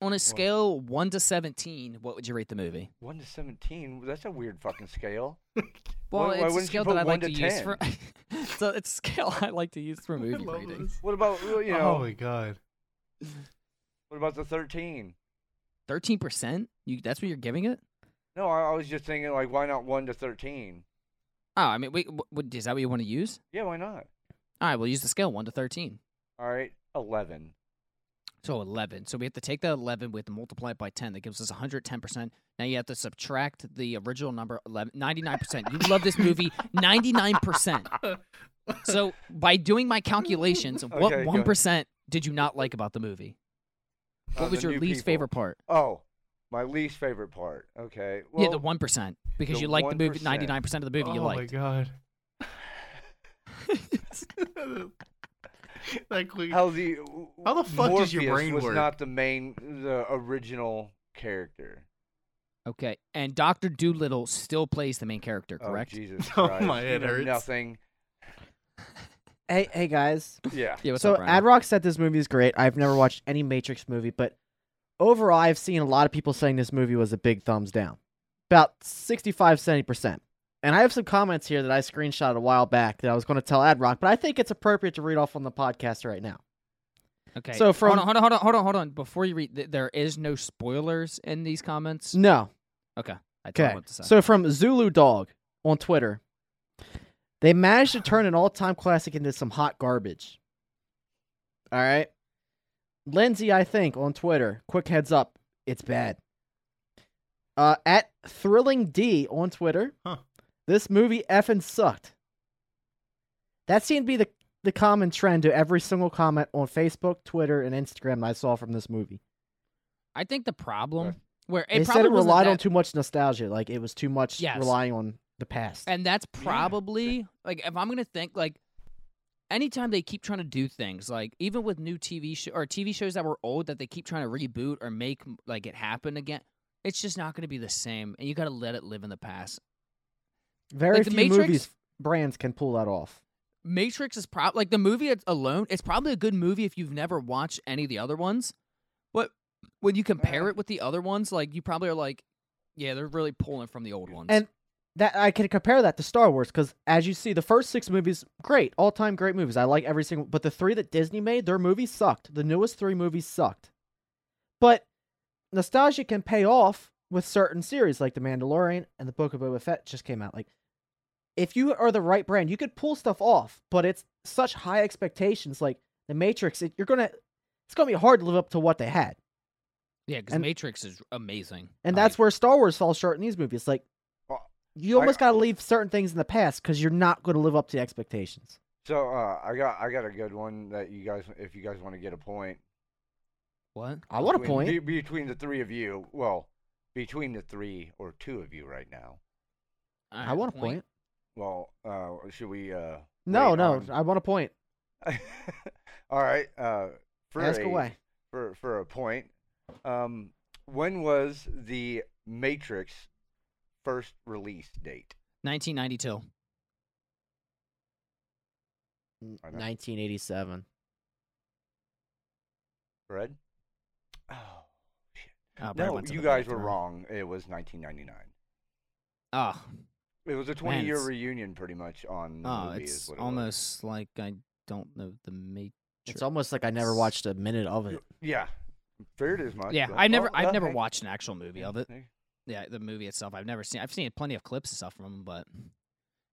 On a scale one to seventeen, what would you rate the movie?
one to seventeen. That's a weird
<laughs>
fucking scale.
Well,
Why- why
it's
wouldn't
a
you
scale
put
that I like
one
to
to
use for. <laughs> so it's a scale I like to use
<laughs>
for
I
movie
love
rating.
this.
What about well, you know?
Oh my god.
What about the thirteen?
Thirteen percent? You that's what you're giving it?
No, I, I was just thinking like, why not one to thirteen?
Oh, I mean, wait, wh- what, is that what you want to use?
Yeah, why not?
All right, we'll use the scale one to thirteen.
All right, eleven.
So 11. So we have to take that 11, we have to multiply it by 10. That gives us 110%. Now you have to subtract the original number, 11, 99%. You love this
<laughs>
movie, 99%. So by doing my calculations,
<laughs>
what
Okay, go.
1% did you not like about the movie?
Uh,
What was
the
your
new
least
people.
favorite part?
Oh, my least favorite part. Okay. Well,
yeah, the 1%. Because
the
you liked the movie,
1%.
99% of the movie you
oh my
liked.
<laughs> god. that quick.
How the
How the fuck does your
Morpheus
brain
was
work?
not the main, the original character.
Okay. And Dr. Doolittle still plays the main character, correct?
Oh, Jesus
<laughs> Oh,
Christ.
my head
You know
hurts.
Nothing.
Hey, hey guys.
Yeah.
yeah, what's
so
up, Brian?
Ad Rock said this movie is great. I've never watched any Matrix movie, but overall, I've seen a lot of people saying this movie was a big thumbs down, about 65, 70 percent. And I have some comments here that I screenshot a while back that I was going to tell Ad Rock, but I think it's appropriate to read off on the podcast right now.
Okay.
So from-
hold on, hold on, hold on, hold on, hold on. Before you read, th- there is no spoilers in these comments.
No,
Okay. I don't know
Okay.
what to say.
So from Zulu Dog on Twitter, they
<sighs>
managed to turn an all-time classic into some hot garbage. All right. Lindsay, I think, on Twitter, quick heads up, it's bad. Uh, at Thrilling D on Twitter,
<coughs> Huh.
this movie effing sucked. That seemed to be the, the common trend to every single comment on Facebook, Twitter, and Instagram that I saw from this movie.
I think the problem where it
they
probably
said it
wasn't
relied on
that-
too much nostalgia. Like it was too much
Yes.
relying on the past.
and that's probably like if I'm gonna think like anytime they keep trying to do things like even with new TV show or TV shows that were old that they keep trying to reboot or make like it happen again, it's just not gonna be the same, and you gotta let it live in the past.
Very
like, The
few
Matrix-
movies brands can pull that off.
Matrix is probably like the movie it's alone. It's probably a good movie if you've never watched any of the other ones. But when you compare it with the other ones, like you probably are like, yeah, they're really pulling from the old ones.
And that I can compare that to Star Wars because, as you see, the first six movies, great, all time great movies. I like every single, but the three that Disney made, their movies sucked. The newest three movies sucked. But nostalgia can pay off with certain series like The Mandalorian and The Book of Boba Fett just came out. Like, if you are the right brand, you could pull stuff off, but it's such high expectations. Like The Matrix, it, you're gonna, it's gonna be hard to live up to what they had.
yeah, because
and-
Matrix is amazing,
And
I-
that's where Star Wars falls short in these movies. Like,
Uh,
you
I-
almost got to leave certain things in the past because you're not going to live up to expectations.
So uh, I got I got a good one that you guys, if you guys want to get a point.
what
I want a
between-
point.
be- between the three of you. Well, between the three or two of you right now.
I want a point.
Well, uh, should we? Uh,
No,
wait
no,
on-
I want a point.
<laughs> All right. Uh, for
Ask
a-
away.
for for a point. Um, when was the Matrix first release date?
1992.
N-
I know.
1987.
Red? Oh.
Oh, but I
No,
went to
you
the
guys were
bathroom.
wrong. It was 1999.
Oh,
It was a 20 year
it's-
reunion, pretty much, on the
oh
movie.
it's
is what it was.
almost like I don't know the mate.
It's
Sure.
almost like I never watched a minute of it.
Yeah. Figured as much.
Yeah,
but-
I've never,
well,
I've
uh,
never
hey,
watched an actual movie
yeah,
of it.
hey.
Yeah, the movie itself, I've never seen. I've seen plenty of clips and stuff from them, but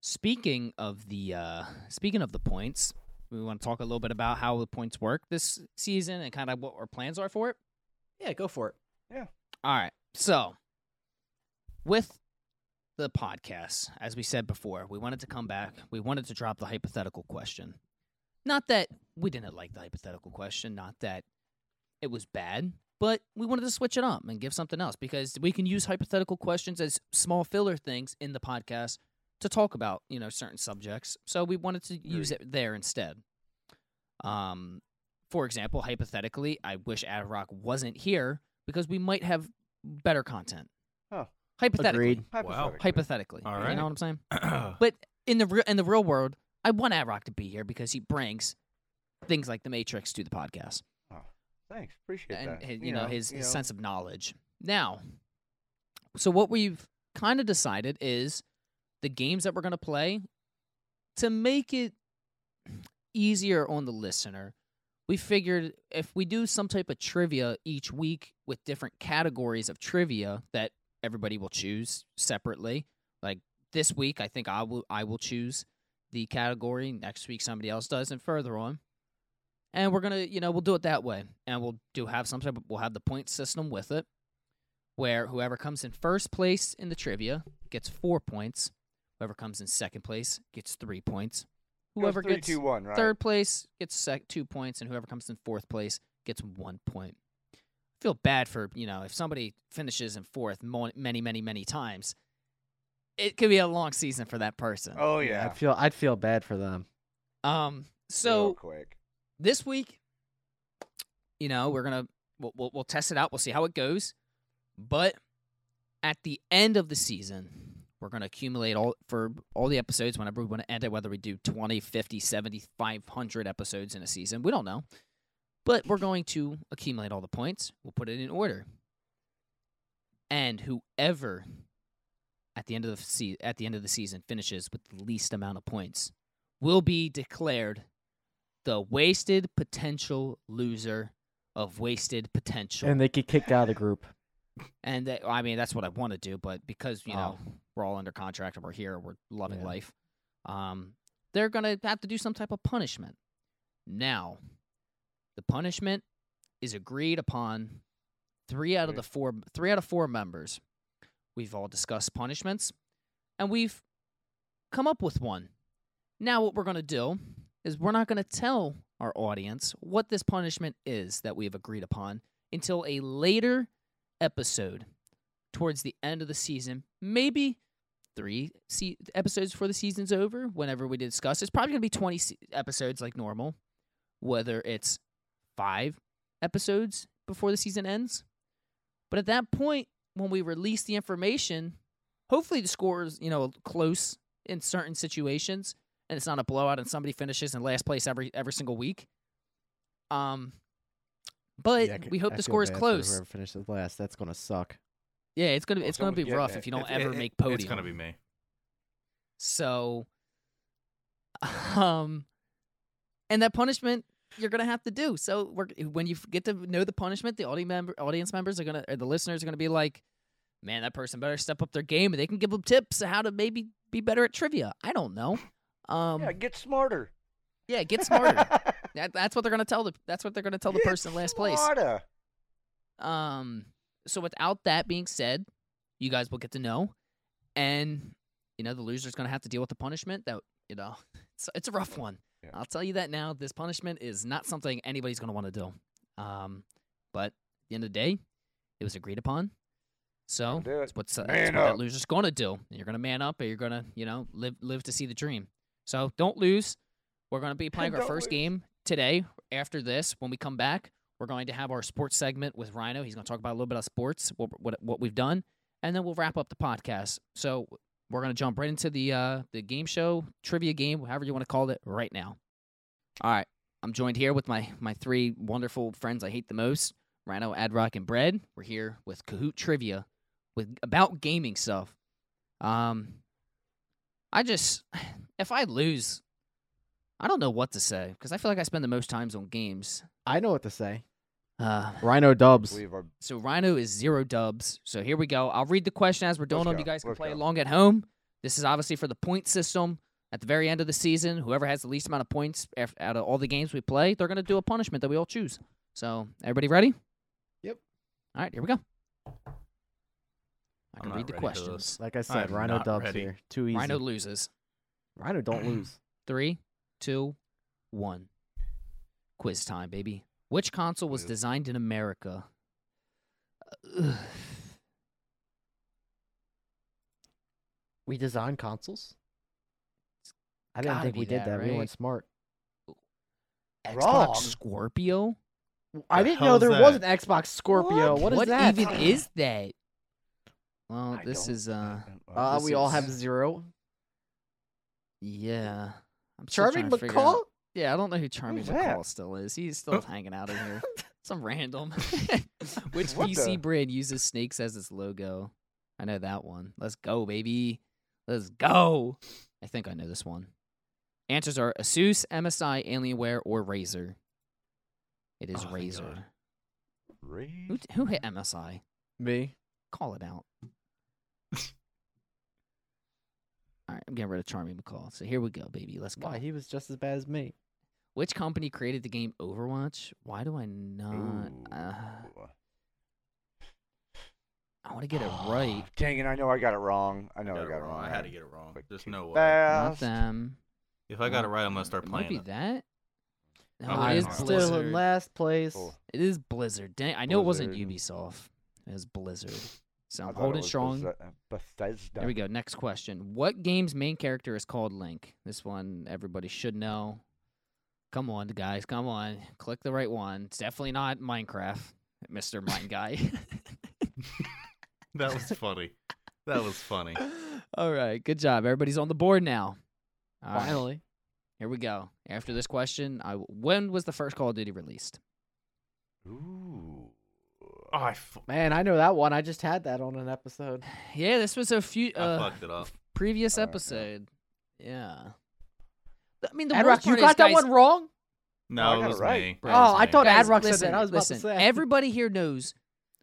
speaking of the, uh speaking of the points, we want to talk a little bit about how the points work this season and kind of what our plans are for it.
Yeah, go for it.
All right. So, with the podcast, as we said before, we wanted to come back. We wanted to drop the hypothetical question. Not that we didn't like the hypothetical question, not that it was bad, but we wanted to switch it up and give something else because we can use hypothetical questions as small filler things in the podcast to talk about, you know, certain subjects. So we wanted to use it there instead. Um, for example, hypothetically, I wish Adrock wasn't here because we might have better content.
Huh.
Hypothetically.
Agreed.
Wow.
Hypothetically.
Hypothetically.
All
You
right.
know what I'm saying?
yeah,
In the real in the real world, I want Adrock to be here because he brings things like the Matrix to the podcast.
Thanks. Appreciate
and
that.
his, you, know, his,
you
his
know.
sense of knowledge. Now, so what we've kind of decided is the games that we're going to play to make it easier on the listener. We figured if we do some type of trivia each week with different categories of trivia that everybody will choose separately. Like this week, I think I will I will choose the category. Next week, somebody else does, and further on and we're gonna you know we'll do it that way and we'll do have some type of, we'll have the point system with it where whoever comes in first place in the trivia gets four points whoever comes in second place gets three points
It was
whoever
three,
gets
two, one, right?
third place gets sec- two points and whoever comes in fourth place gets one point I feel bad for you know if somebody finishes in fourth mo- many many many times it could be a long season for that person
Oh yeah.
I'd feel I'd feel bad for them.
um so
Real quick.
this week, you know, we're gonna we'll, we'll, we'll test it out. We'll see how it goes. But at the end of the season, we're gonna accumulate all for all the episodes whenever we want to end it, whether we do 20, 50, 70, 500 episodes in a season. We don't know. But we're going to accumulate all the points. We'll put it in order. And whoever at the end of the se- at the end of the season finishes with the least amount of points will be declared the wasted potential loser of wasted potential.
And they get kicked out of the <laughs> group.
And that, I mean, that's what I want to do, but because you know we're all under contract and we're here, we're loving
Yeah.
life. Um, they're gonna have to do some type of punishment. Now, the punishment is agreed upon. Three out of
Right.
the four, three out of four members, we've all discussed punishments, and we've come up with one. Now, what we're gonna do is we're not gonna tell our audience what this punishment is that we have agreed upon until a later episode towards the end of the season, maybe three se- episodes before the season's over. Whenever we discuss, it's probably going to be twenty se- episodes like normal. Whether it's five episodes before the season ends, but at that point, when we release the information, hopefully the score is you know close in certain situations, and it's not a blowout and somebody finishes in last place every every single week. Um, but
Yeah, I c-
we hope
I
the
feel
score is
bad for
close.
Whoever finishes last, that's gonna suck.
Yeah, it's gonna
Well,
it's gonna
someone's
be
getting
rough
it.
if you don't
It's-
ever
it-
make
it-
podium.
It's gonna be me.
so. <laughs> Um, and that punishment you're gonna have to do. So we're, when you get to know the punishment, the audience member audience members are gonna or the listeners are gonna be like, "Man, that person better step up their game." And they can give them tips on how to maybe be better at trivia. I don't know. Um,
yeah,
yeah,
get smarter.
get
<laughs>
smarter. that, that's what they're gonna tell the that's what they're gonna tell the
Get
person in last place.
smarter.
Um, so without that being said, you guys will get to know, and you know the loser's gonna have to deal with the punishment. That you know, <laughs> it's it's a rough one.
Yeah.
I'll tell you that now. This punishment is not something anybody's gonna want to do. Um, but at the end of the day, it was agreed upon. So
Gotta do
that's
it.
what's, that's what
Man
that
up.
loser's gonna do. And You're gonna man up, or you're gonna you know live live to see the dream. So don't lose. We're gonna
<laughs>
be playing our
Don't
first
lose.
game today. After this, when we come back, we're going to have our sports segment with Rhino. He's going to talk about a little bit of sports, what what, what we've done, and then we'll wrap up the podcast. So We're gonna jump right into the uh, the game show trivia game, however you want to call it, right now. All right, I'm joined here with my my three wonderful friends I hate the most, Rhino, Adrock, and Bread. We're here with Kahoot trivia, with about gaming stuff. Um, I just if I lose, I don't know what to say because I feel like I spend the most times on games.
I know what to <laughs> say.
Uh,
Rhino
I
Dubs.
believe our
so Rhino is zero dubs. So here we go. I'll read the question as we're doing
Let's
them. You
go.
guys can
Let's
play
go.
along at home. This is obviously for the point system. At the very end of the season, whoever has the least amount of points af- out of all the games we play, they're going to do a punishment that we all choose. So everybody ready?
Yep.
All right, here we go. I
I'm
can
not
read the
ready for this.
questions.
Like I said,
am
Rhino
not
Dubs
ready.
here. Too easy.
Rhino
Rhino,
loses.
<clears throat> don't lose.
Three, two, one. Quiz time, baby. Which console was
Quiz.
designed in America? <sighs> Ugh.
We design consoles. I didn't
gotta
think
be
we did
that,
that. We
right?
went smart.
Xbox
Wrong.
Scorpio?
I
The
didn't
hell
know
is
there was an
that?
Xbox Scorpio.
What?
what is
what
that? <laughs>
even
<sighs>
is that? Well,
I
this
don't-
is uh
Uh,
This
we all have
is-
zero.
yeah. I'm still
Charming
trying to figure out-
McCall.
Yeah, I don't know who Charming
that? Oh.
McCall still is. He's still hanging out in
<laughs>
here. Some random. Which
What
PC
the-
brand uses snakes as its logo? I know that one. Let's go, baby. Let's go. I think I know this one. Answers are Asus, MSI, Alienware, or Razer. It is
Oh, thank
Razer.
God.
Who, who hit MSI?
Me.
Call it out. All right, I'm getting rid of Charmy McCall. So here we go, baby. Let's go.
Why he was just as bad as me.
Which company created the game Overwatch? Why do I not? Uh,
Ooh.
I want to
<gasps>
get it right.
Dang it! I know I got it wrong. I know
I
I
got it wrong. I had to
it.
get it wrong.
Click
There's
too
no way.
Not
Fast.
them.
If I got it
Well,
right, I'm gonna start
It might
playing
be
it.
that. No, it
I
Oh, is
don't know.
still in
Blizzard.
last place.
Oh,
it is Blizzard. Dang, I know it wasn't
Blizzard.
Ubisoft. It was Blizzard. So
I
I'm
thought it
holding
was
strong.
Bethesda- Bethesda.
There we go. Next question. What game's main character is called Link? This one everybody should know. Come on, guys. Come on. Click the right one. It's definitely not Minecraft, Mr. Mine Guy. <laughs>
That was funny. That
<laughs>
was funny.
All right. Good job. Everybody's on the board now. All right,
Finally.
Here we go. After this question, I, when was the first Call of Duty released?
Ooh.
Oh, I, fu-
Man, I know that one. I just had that on an episode.
Yeah, this was a few.
I
Uh,
<laughs>
fucked it up.
Previous
Uh, yeah.
episode. Yeah. I mean, the
Adrock,
worst
you
part
got
is,
that
guys,
one wrong?
Oh, I
No,
got
it
it
was
right.
me.
Bro,
It was
Oh, I
me.
thought
Guys,
Adrock
listen,
said that. I was about
listen,
to say.
Everybody here knows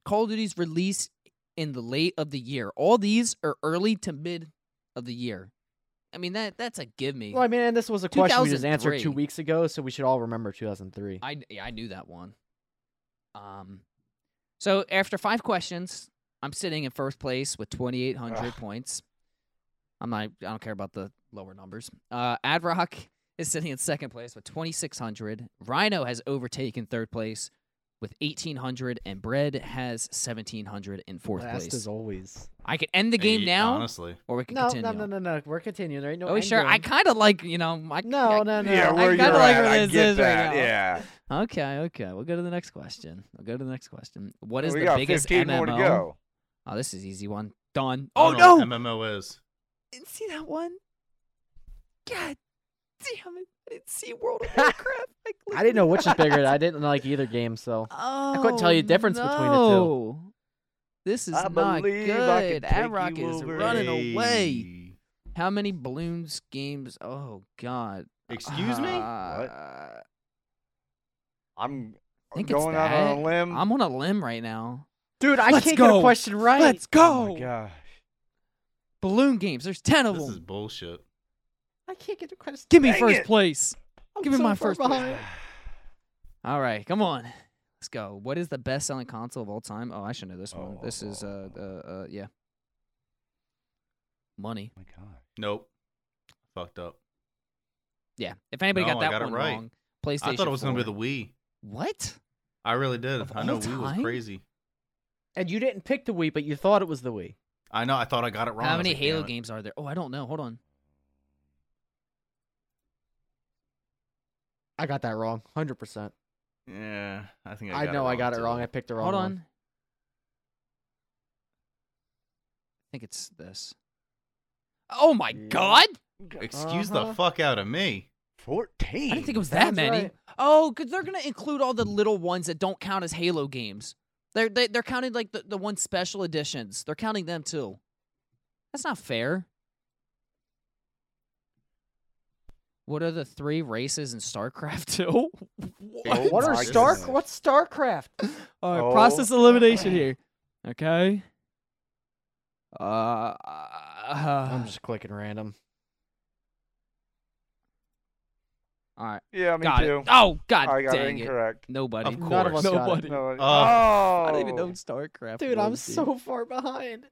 Call of Duty's release in the late of the year. All these are early to mid of the year. I mean that that's a give me.
Well, I mean, and this was a question we just answered
2003.
two weeks ago, so we should all remember 2003.
I yeah, I knew that one. Um, so after five questions, I'm sitting in first place with 2,800
Ugh.
points. I'm not. I don't care about the lower numbers. Uh, Adrock is sitting in second place with 2,600. Rhino has overtaken third place with 1,800, and Bread has 1,700 in fourth
Last
place.
as always.
I could end the game
Hey,
now,
Honestly,
or we can
No,
continue.
no, no, no, no. We're continuing. There ain't no
Are we
end
sure? I
game.
kind of like you know. I,
No, no, no.
Yeah,
I
where
kinda
you're
gotta like
at,
where
I
this
get
is right
that.
now.
yeah.
Okay, okay. We'll go to the next question. We'll go to the next question. What is
we
the
got
biggest
15
MMO?
more to go.
Oh, this is easy one. Done.
I
Oh
don't know
no!
what MMO is.
I didn't see that one. God damn it! I didn't see World <laughs> of Warcraft.
I didn't know which is bigger. I didn't like either game, so
Oh,
couldn't tell you the difference between the two.
no. This is
I
not
believe I can
good.
take
Adrock
you
is
over.
running away.
Hey.
How many balloons games? Oh God!
Excuse me?
Uh,
I'm
think it's
going out on
that.
a limb.
I'm on a limb right now.
dude, I
Let's
can't get
go.
a question right.
Let's
oh
go!
my gosh.
Balloon games. There's ten of
This
them.
is bullshit.
I can't get a question.
Give me
Dang
first
it.
place.
I'm
give me
so
my
far
first place.
<sighs>
behind.
Oh
All right, come on. Let's go. What is the best selling console of all time? Oh, I should know this one.
Oh,
this
oh,
is uh,
oh,
uh uh yeah. Money.
Oh my god.
Nope. Fucked up.
Yeah. If anybody
No,
got
I
that
got it
one
right.
wrong, PlayStation.
I thought it was gonna be
4.
the Wii.
What?
I really did.
Of
I know
all
Wii was
time?
crazy.
And you didn't pick the Wii, but you thought it was the Wii.
I know. I thought I got it wrong. I
How
was
many
like,
Halo
damn it.
games are there? Oh, I don't know. Hold on.
I got that wrong, hundred percent.
Yeah, I think I,
I
got
know
it
I got it
too.
wrong. I picked the wrong
Hold on.
one.
I think it's this. Oh my
Yeah.
god!
Excuse
Uh-huh.
the fuck out of me.
14.
I didn't think it was that
That's
many.
right.
Oh, because they're gonna include all the little ones that don't count as Halo games. They're they, they're counting like the the one special editions. They're counting them too. That's not fair. What are the three races in StarCraft <laughs> 2?
Well,
What are
My
Star?
goodness.
What's
<laughs>
StarCraft?
All right,
Oh.
process elimination here. Okay. Uh,
I'm just clicking random.
<sighs> all right.
Yeah, me
got
too.
it. Oh god,
I got it
dang it!
incorrect.
Nobody.
Of
None of us
course.
got it.
Nobody.
No,
Oh.
oh.
I don't even know StarCraft.
<laughs> Dude, I'm
was,
so far behind.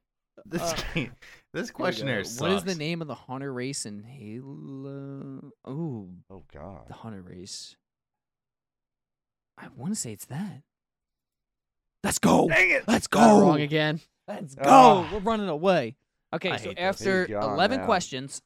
This
Uh,
<laughs> game, this
Here we
questionnaire
go.
sucks.
What is the name of the hunter race in Halo? Oh,
Oh
the
god.
hunter race. I want to say it's that. Let's go. <laughs>
Dang it. Uh,
Let's
Got it
go.
wrong again.
Let's go.
Ah.
We're running away. Okay,
I
so
hate this.
after
He's gone
11
now.
questions,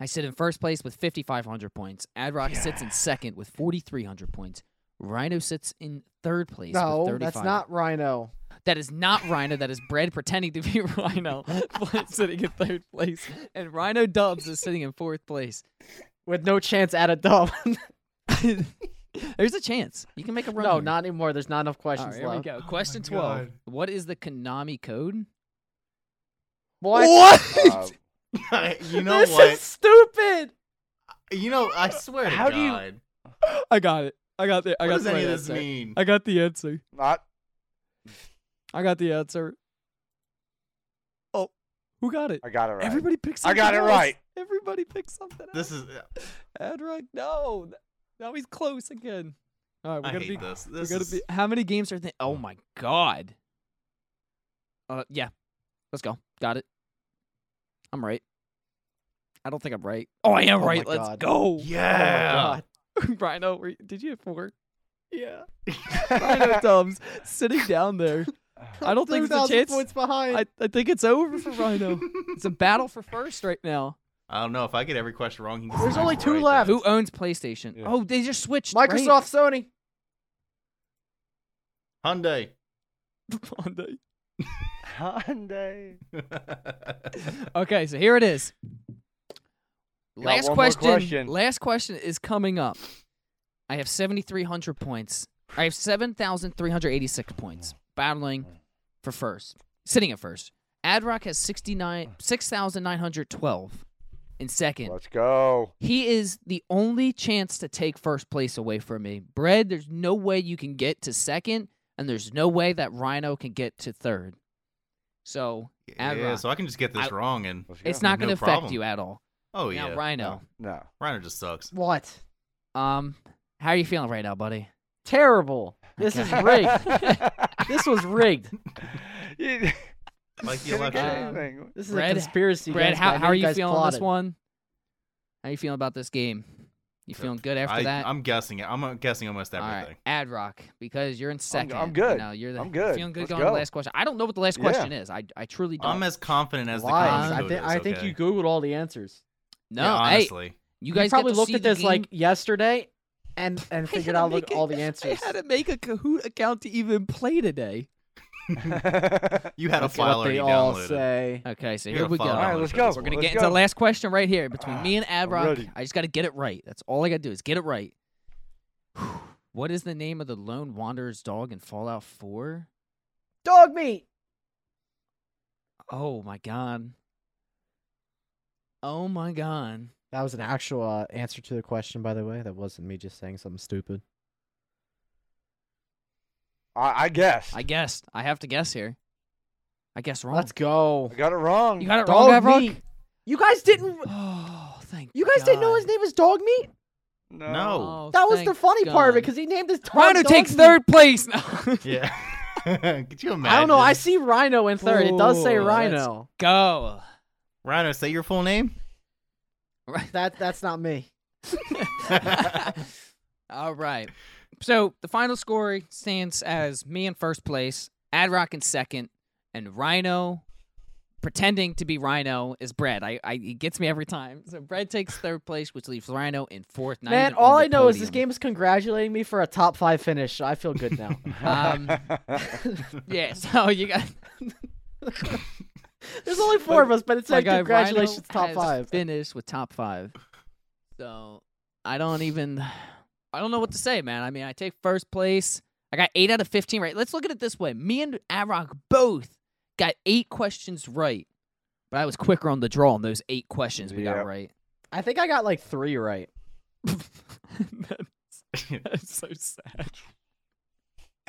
I sit in first place with 5,500 points. Adrock sits in
Yeah.
second with 4,300 points. Rhino sits in third place with
No,
35.
that's not Rhino.
That is not Rhino. That is Brad pretending to be <laughs> Rhino, but sitting in third place. And Rhino Dubs is sitting in fourth place. <laughs>
With no chance at a dub. <laughs>
There's a chance. You can make a run.
no,
here.
not anymore. There's not enough
All
questions
right, here we
left.
go.
Oh my
Question 12.
God.
What is the Konami code?
What?
Uh,
<laughs> you know
this
what?
is stupid.
You know, I swear to
How
God.
do you-
<laughs> I got it. I got the. I
what does any of this mean?
I got the answer.
not
I got the answer. Oh, who got it?
I got it right. <laughs>
Everybody picks.
I got it right.
Everybody picks something.
This is.
Adrock, no. Now he's close again. All right, we're
I
gonna
hate
be.
this.
We're
This
gonna
is,
be. How many games are they? Oh my god. Uh, yeah. Let's go. Got it. I'm right. I don't think I'm right. Oh, I am
Oh
right.
my
Let's
God.
go.
Yeah.
<laughs> Rhino, were you- did you have
<laughs>
four? Yeah. Rhino
Everybody.
Thumbs sitting down
<laughs>
there. I don't think there's a
2,000
chance.
points behind.
I, I think it's over for
<laughs>
Rhino. it's a battle for first right now.
I don't know if I get every question wrong. He can
There's
smack
only
me
two
right
left.
there.
Who owns PlayStation?
Yeah.
Oh, they just switched. right?
Microsoft, <laughs> Sony.
Hyundai.
Monday.
Hyundai.
Okay, so here it is.
Got
Last
one more
question,
question.
Last question is coming up. I have seventy three hundred points. I have seven thousand three hundred eighty six points. Battling for first, sitting at first. Adrock has 69 6,912 in second.
Let's go.
He is the only chance to take first place away from me. Bread, there's no way you can get to second, and there's no way that Rhino can get to third. So
<laughs> Yeah,
Adrock.
so I can just get this
I-
wrong and.
Let's
it's
go.
not
No
going to affect
problem.
you at all.
Oh
now,
yeah.
Rhino,
No.
Reiner just sucks.
What?
um, how are you feeling right now, buddy?
Terrible.
<laughs>
This is rigged. this was rigged.
<laughs> You-
Like the
Didn't get
election.
<laughs>
anything.
This is
Brad-
a conspiracy.
Brad,
guys, but I
how,
know
how are
you
you
guys
feeling on
plotted.
this one? How you feeling about this game? You feeling good after
I,
that?
I'm guessing it. I'm uh, guessing almost everything.
Ad Rock, because you're in 2nd
I'm good.
No, you're the,
I'm good.
Feeling good
Let's
going to the
go.
last question. I don't know what the last
Yeah.
question is. I, I truly don't.
I'm as confident as
Lies. I,
the Konami
thi-
code
I
is,
think
okay?
you Googled all the answers.
no,
yeah,
hey,
honestly. <laughs>
you guys
probably
get to
looked
see
at
the
this like
game.
yesterday
<laughs>
and and
I
figured
had to
out
make
like,
a- <laughs>
all the answers.
I had to make a Kahoot account to even play today.
You had
That's
a file
what they
already
all
downloaded.
say.
Okay, so
You're
here
a
we go.
follower.
All right, let's go.
We're gonna
Let's
get
go.
into the last question right here between me and Ad
<sighs> I'm
Rock.
ready.
I just got to get it right. That's all I got to do is get it right. <sighs> What is the name of the lone wanderer's dog in Fallout 4?
Dog meat.
Oh my god. Oh my god.
That was an actual uh, answer to the question, by the way. That wasn't me just saying something stupid.
I, I guess.
I guessed. I have to guess here. I guess wrong.
Let's go.
I got it wrong.
You got it wrong,
Dog
Ad Rock?
meat. You guys didn't.
Oh, thank
You guys didn't know his
God.
name was Dog Meat.
no.
No.
Oh,
That was
thank
the funny part of it
God.
because he named his dog.
Rhino
Dog
takes
Meat.
third place. <laughs> No.
Yeah. <laughs> Could you imagine?
I don't know. I see Rhino in third. It does say
Whoa, that's-
Rhino.
Go.
Rhino, say your full name.
Right.
That that's not me.
<laughs> All right. So the final score stands as me in first place, Adrock in second, and Rhino pretending to be Rhino is Brad. I, I he gets me every time. So Brad takes third place, which leaves Rhino in fourth. not
Man,
even on
all
the
I know is this
podium.
game is congratulating me for a top five finish. So I feel
<laughs>
good
<laughs>
now.
Um, yeah. So you got
There's only four of us, but it's
My
like
guy
congratulations,
Rhino
top
has
five.
Finished with top five. So I don't even I don't know what to say, man. I mean, I take first place. I got eight out of fifteen right. Let's look at it this way. Me and Avrock both got eight questions right. But I was quicker on the draw on those eight questions we got
Yep.
right. <laughs>
I think I got like three right.
That's so sad.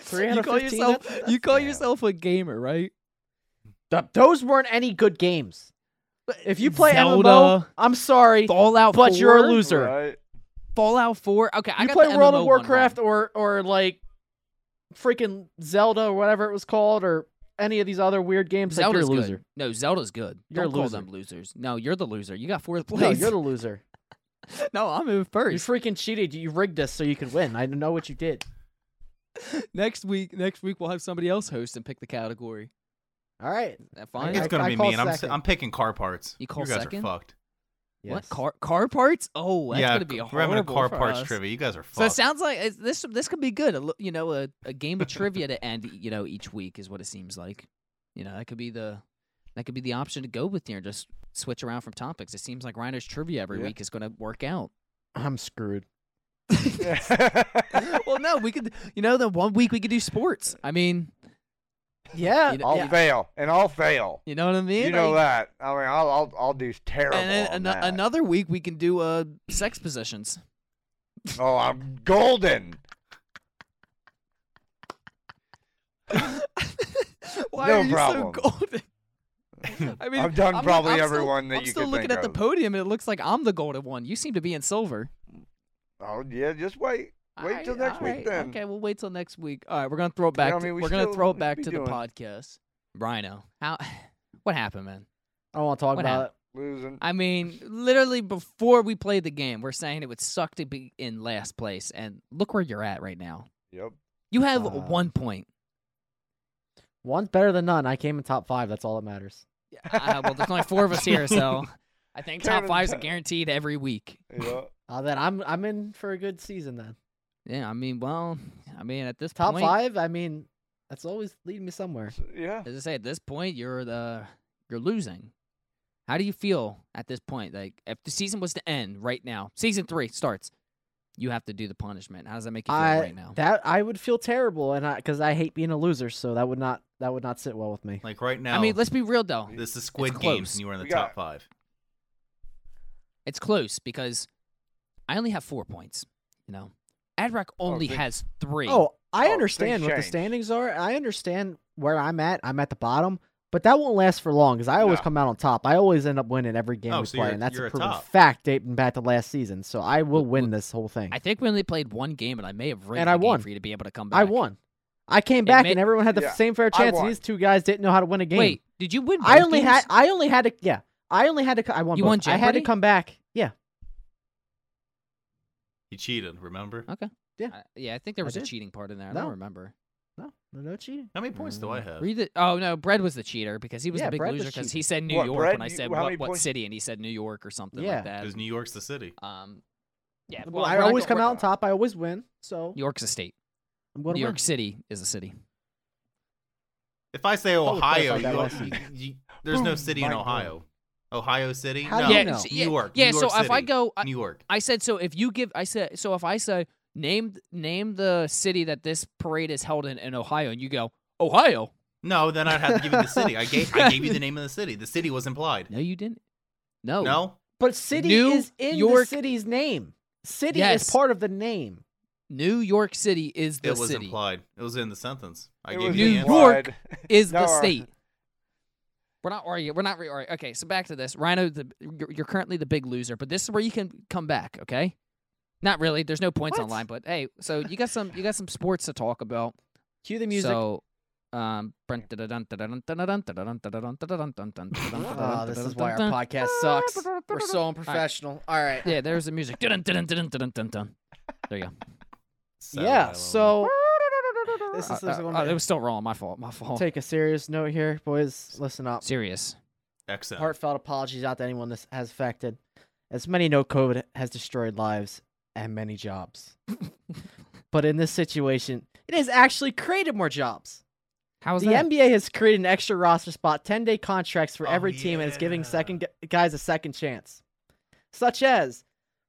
Three out
you
of
call
15?
yourself
That's-
you call
yeah.
yourself a gamer, right?
Th- those weren't any good games. If you play MMO,
Zelda,
I'm sorry,
Fallout,
but
4,
you're a loser.
<laughs>
Right?
Fallout Four. Okay, I
you
got
play
the
World
MMO
of
one
Warcraft or or like freaking Zelda or whatever it was called or any of these other weird
wrong.
games. like,
Zelda's
you're a loser.
good. No, Zelda's good.
You're a
Don't call
loser.
them losers. No, you're the loser. You got <laughs> fourth place.
No, you're the loser.
<laughs> No, I'm in
You
first.
freaking cheated. You rigged us so you could win. I know what you did.
<laughs> Next week, next week we'll have somebody else host and pick the category.
All right.
Is that
I
fine?
It's
got-
gonna
I
be
call
me, and I'm s-
second.
I'm picking car parts.
You call
guys
second?
are fucked.
What
Yes.
car car parts? Oh, that's
yeah,
gonna be
c-
a
we're having a car
for
parts
us.
trivia. You guys are fucked.
So it sounds like it's, this this could be good. A, li- you know, a, a game of trivia to end. You know, each week is what it seems like. You know, that could be the that could be the option to go with here. Just switch around from topics. It seems like Reiner's trivia every
Yeah.
week is going to work
<laughs>
out.
<clears throat> I'm screwed.
<laughs> well, no, we could. You know, then one week we could do sports. I mean, <laughs>
Yeah.
You know-
I'll
Yeah.
fail, and I'll fail.
you know what I mean?
You know
Like,
that. I mean, I'll I'll, I'll do terrible.
And then
on
ano-
that.
another week we can do uh sex positions. <laughs>
Oh, I'm golden.
Why
No
are you
problem.
so golden?
<laughs>
I mean,
I've done
I'm-
probably
I'm
every
still-
one that
I'm
you
still
could
looking
think
at the
of.
podium, and it looks like I'm the golden one. You seem to be in silver.
Oh yeah, just wait. Wait till
Alright,
next week
alright.
then.
Okay, we'll wait till next week. All right, we're gonna throw it back.
I
to,
mean, we
are gonna
still-
throw
we
it back to
should be
the
doing-
podcast. Rhino, how? <sighs> What happened, man?
I don't want to talk
What
about
happened?
it.
Losing.
I mean, literally before we played the game, we're saying it would suck to be in last place, and look where you're at right now.
Yep.
You have
Uh,
one point.
One's better than none. I came in top five. That's all that matters.
Uh, well,
<laughs>
there's only four of us here,
<laughs>
so I think top
Karen,
five's
uh,
guaranteed every week.
Yeah.
Uh, then I'm I'm in for a good season then.
Yeah, I mean, well, I mean, at this
Top
point,
five. I mean, that's always leading me somewhere.
So, yeah.
as I say, at this point, you're the you're losing. How do you feel at this point? Like, if the season was to end right now, season three starts, you have to do the punishment. How does that make you feel
I
right now?
that I would feel terrible, and I because I hate being a loser, so that would not that would not sit well with me.
like right now.
I mean, let's be real though.
This is Squid
It's
Games,
close.
and you were in the
We got-
top five.
It's close because I only have four points. You know, Adrock only
thank-
has three.
Oh, I
Oh,
understand
things
what the
change.
standings are. I understand where I'm at. I'm at the bottom, but that won't last for long because I always
No.
come out on top. I always end up winning every game
Oh,
we
so
play,
you're-
and that's
you're
a
a
proven
top.
fact dating back to last season. So I will
Look,
win
look,
this whole thing,
I think we only played one game, and I may have rigged
And
the
I
game
won.
for you to be able to come back.
I won. I came back
may-
and everyone had the
Yeah,
same fair
I
chance.
won.
And these two guys didn't know how to win a game.
Wait, did you win?
I
both
only
games?
had I only had to yeah. I only had to c- I won.
You
both.
won
I had to
Jeopardy?
come back. Yeah.
He cheated. Remember?
Okay.
Yeah.
I- yeah, I think there
I
was a
did.
cheating part in there. I
No.
don't remember.
No, no, no cheating.
How many points do I have?
Were you the, oh no, Brad was the cheater because he was
Yeah,
the big
Brad was
loser because
cheating.
he said New
What,
York
Brad,
when I
you-
said
how many
what, what
points-
city and he said New York or something
Yeah.
like that.
Because New York's the city.
um, yeah,
Well,
well,
I
we're not
always
go-
come
we're-
out on top. I always win. So
New York's a state.
I'm
New
going to
York
win.
City is a city.
If I say
Oh,
would clarify
Ohio,
that
you,
lesson.
you, you- there's no
Boom,
city in
mind
Ohio. Ohio City?
How do
no.
you
yeah,
know?
so-
New York.
Yeah,
New
so
York
if I
City,
go, I,
New York.
I said so. If you give, I said so. If I say name name the city that this parade is held in in Ohio, and you go Ohio.
No, then I'd have to give you the city. I gave I gave you the name of the city. The city was implied.
<laughs> No, you didn't. No,
No,
But city
New
is in
York-
the city's name. City
Yes.
is part of the name.
New York City is the
it was
city.
implied. It was in the sentence. I
It
gave
was
you the
New
answer.
York
implied.
Is
No,
the
uh,
our-
state. We're not arguing. We're not re- arguing. Okay, so back to this. Rhino, the, you're, you're currently the big loser, but this is where you can come back. Okay, not really. There's no points
What?
online, but hey, so you got some you got some sports to talk about.
Cue the music.
So, um, oh,
Ah, this is why our podcast sucks. We're so unprofessional. All right.
Yeah, there's the music. Dun, dun, dun, dun, dun, dun. There you go.
Saturday Night
Yeah.
Live.
So
<laughs>
<laughs> this is,
Uh,
this is
uh,
going
oh,
to
it was still wrong. My fault. My fault.
take a serious note here, boys. Listen up.
Serious.
accent.
Heartfelt apologies out to anyone this has affected. As many know, COVID has destroyed lives and many jobs. but in this situation, it has actually created more jobs.
How is
the
that?
NBA has created an extra roster spot, 10 day contracts for
Oh,
every team, and is giving
yeah.
second gu- guys a second chance, such as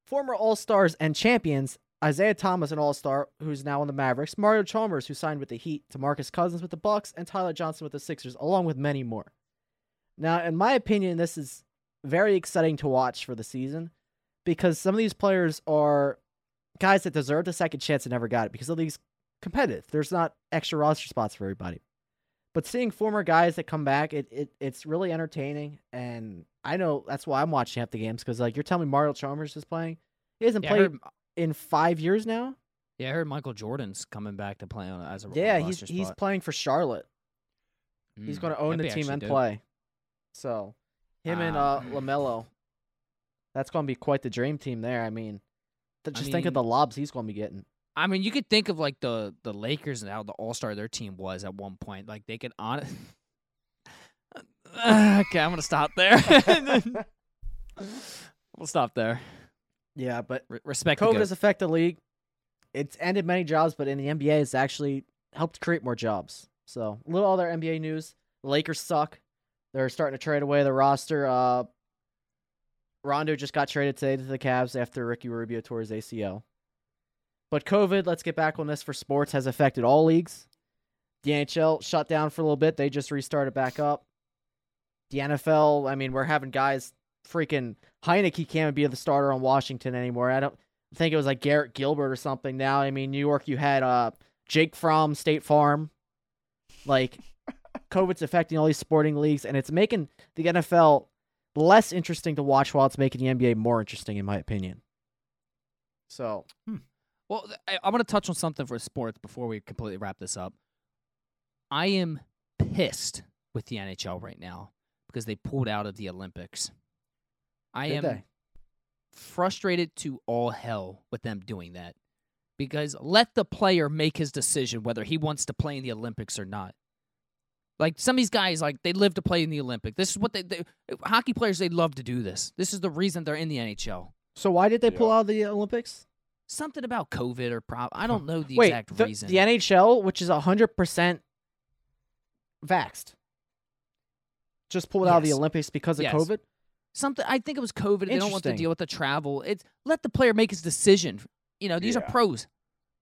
former All Stars and champions Isaiah Thomas, an All Star who's now on the Mavericks, Mario Chalmers, who signed with the Heat, Demarcus Cousins with the Bucks, and Tyler Johnson with the Sixers, along with many more. Now, in my opinion, this is very exciting to watch for the season because some of these players are guys that deserved a second chance and never got it because the league's competitive. There's not extra roster spots for everybody. But seeing former guys that come back, it, it it's really entertaining, and I know that's why I'm watching half the games because like you're telling me Mario Chalmers is playing, he hasn't
yeah, I
played
heard,
in five years now.
yeah, I heard Michael Jordan's coming back to play on as a
Yeah,
a
he's
roster
he's
spot.
playing for Charlotte. He's
Mm,
going to own
that'd
the
be
team
actually
and
dope.
play. So him and uh,
Um,
Lamelo, that's going to be quite the dream team there. I mean, th-
I
just think of the
mean-
lobs he's going to be getting.
I mean, you could think of like the the Lakers and how the All Star their team was at one point. Like they could on. <laughs> <sighs> okay, I'm gonna stop there. <laughs> we'll stop there.
Yeah, but
Re- respect. the
COVID
goat.
has affected the league. It's ended many jobs, but in the NBA, it's actually helped create more jobs. So, a little other NBA news. The Lakers suck. They're starting to trade away the roster. Uh, Rondo just got traded today to the Cavs after Ricky Rubio tore his ACL. But COVID, let's get back on this for sports, has affected all leagues. The NHL shut down for a little bit. They just restarted back up. The NFL, I mean, we're having guys freaking Heineke can't be the starter on Washington anymore. I don't I think it was like Garrett Gilbert or something. Now, I mean, New York, you had uh Jake Fromm, State Farm. Like, COVID's affecting all these sporting leagues, and it's making the NFL less interesting to watch while it's making the NBA more interesting, in my opinion. So,
Well, th- I, I want to touch on something for sports before we completely wrap this up. I am pissed with the NHL right now because they pulled out of the Olympics. I
Did
am
they?
frustrated to all hell with them doing that because let the player make his decision whether he wants to play in the Olympics or not. Like some of these guys, like they live to play in the Olympic. This is what they, they hockey players they love to do this. This is the reason they're in the NHL.
so why did they pull
Yeah.
out of the Olympics?
Something about COVID or prob I don't know the
Wait,
exact
the,
reason.
the NHL, which is 100% vaxxed, just pulled out of the
Yes.
Olympics because of
Yes.
COVID?
something I think it was COVID. They don't want to
Interesting.
deal with the travel. It's let the player make his decision. You know, these are
Yeah.
pros.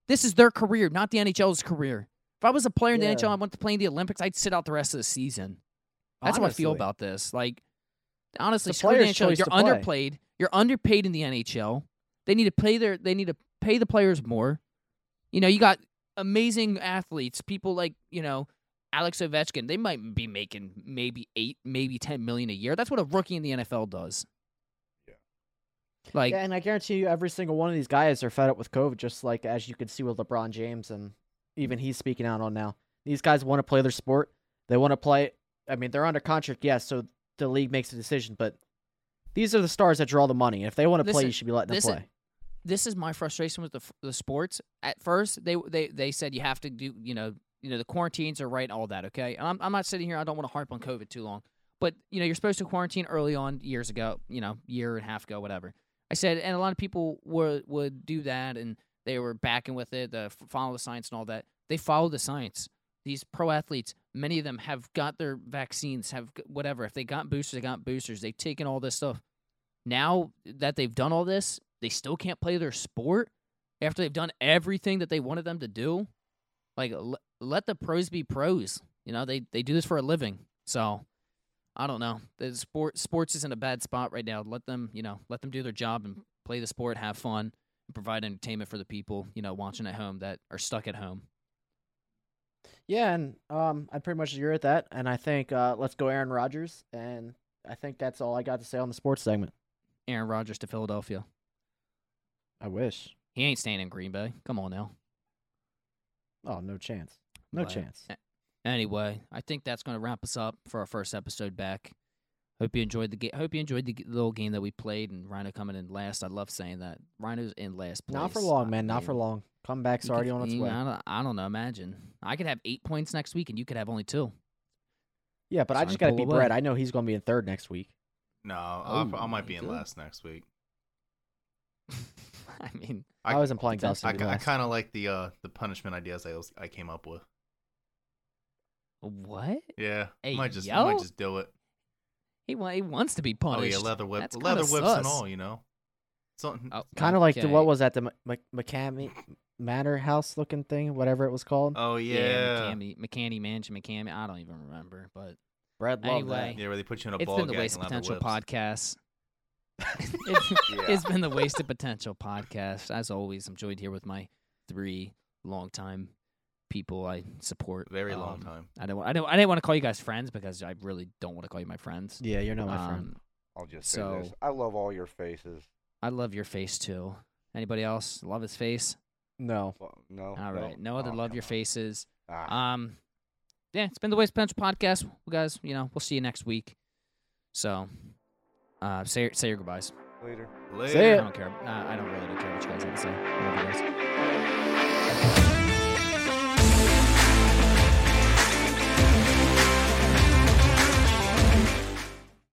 This is their career, not the NHL's career. If I was a player in the
Yeah.
NHL, I wanted to play in the Olympics, I'd sit out the rest of the season. That's how I feel
Honestly.
about this. Like, honestly,
It's the
screw the
player's
NHL.
choice
You're
to play.
underplayed. You're underpaid in the NHL. They need to pay their. They need to pay the players more. You know, you got amazing athletes. People like you know Alex Ovechkin. They might be making maybe eight, maybe ten million a year. That's what a rookie in the NFL does.
Yeah.
Like
yeah, and I guarantee you, every single one of these guys are fed up with COVID, just like as you can see with LeBron James, and even he's speaking out on now. These guys want to play their sport. They want to play. I mean, they're under contract, yes, so the league makes a decision, but these are the stars that draw the money. If they want to play,
Listen,
you should be letting them
listen.
play.
this is my frustration with the f- the sports. At first, they they they said you have to do you know you know the quarantines are right, all that. Okay, and I'm I'm not sitting here. I don't want to harp on COVID too long, but you know you're supposed to quarantine early on years ago. You know, year and a half ago, whatever. I said, and a lot of people would would do that, and they were backing with it, the f- follow the science and all that. They follow the science. These pro athletes, many of them have got their vaccines, have g- whatever. If they got boosters, they got boosters. They've taken all this stuff now that they've done all this, they still can't play their sport after they've done everything that they wanted them to do. Like l- let the pros be pros. You know, they they do this for a living. So I don't know. The sport sports is in a bad spot right now. Let them, you know, let them do their job and play the sport, have fun, and provide entertainment for the people, you know, watching at home that are stuck at home.
Yeah, and um, I pretty much agree with that. And I think uh, let's go Aaron Rodgers. And I think that's all I got to say on the sports segment.
Aaron Rodgers to Philadelphia.
I wish.
He ain't staying in Green Bay. Come on now.
Oh, no chance. No
But-
chance.
anyway, I think that's going to wrap us up for our first episode back. Hope you enjoyed the game. Hope you enjoyed the g- little game that we played and Rhino coming in last. I love saying that Rhino's in last place.
Not for long,
I
man. Not for
mean,
long. Comeback's
you
already
could-
on its
you-
way.
I don't, I don't know. Imagine I could have eight points next week and you could have only two. <laughs>
Yeah, but I
Trying
just
to
got to
pull
beat
away.
Brett. I know he's going to be in third next week.
No, I'll,
Oh,
I might
my
be in
God.
last next week.
I mean,
I,
I-
wasn't playing
that's-
Dustin.
I,
we
ki- I
lost.
kind of like the uh, the punishment ideas I was, I came up with.
What?
Yeah,
Hey,
might just
yo.
might just do it.
He wa- he wants to be punished.
Oh yeah, leather whip,
That's kinda
leather whips
sus.
and all. You know, something.
Oh,
Kind of like the, what
okay.
was that the M- McCammy Manor House looking thing, whatever it was called.
Oh yeah, yeah,
McCammy, McCanny Mansion, McCammy. I don't even remember, but
Brad loved
anyway.
where they put you in a
it's
ball
been the
gag
waste
and
of
leather
potential
whips.
podcast. it's,
<laughs> Yeah.
it's been the waste of potential podcast. As always, I'm joined here with my three longtime people I support.
Very long
Um,
time.
I don't. I don't. I didn't want to call you guys friends because I really don't want to call you my friends.
that. Yeah, you're not my friend.
Um, <laughs>
I'll just say this.
So-
I love all your faces.
I love your face too. Anybody else love his face?
No.
Well, no.
All right, no, other
Oh,
love
come
your
on.
faces.
Ah,
Um, yeah, it's been the Waste Bench podcast, Well, guys. You know, we'll see you next week. So, uh, say say your goodbyes.
later.
ya.
Later.
I don't care. Uh, I don't really don't care what you guys have to say. I love you guys.
Thank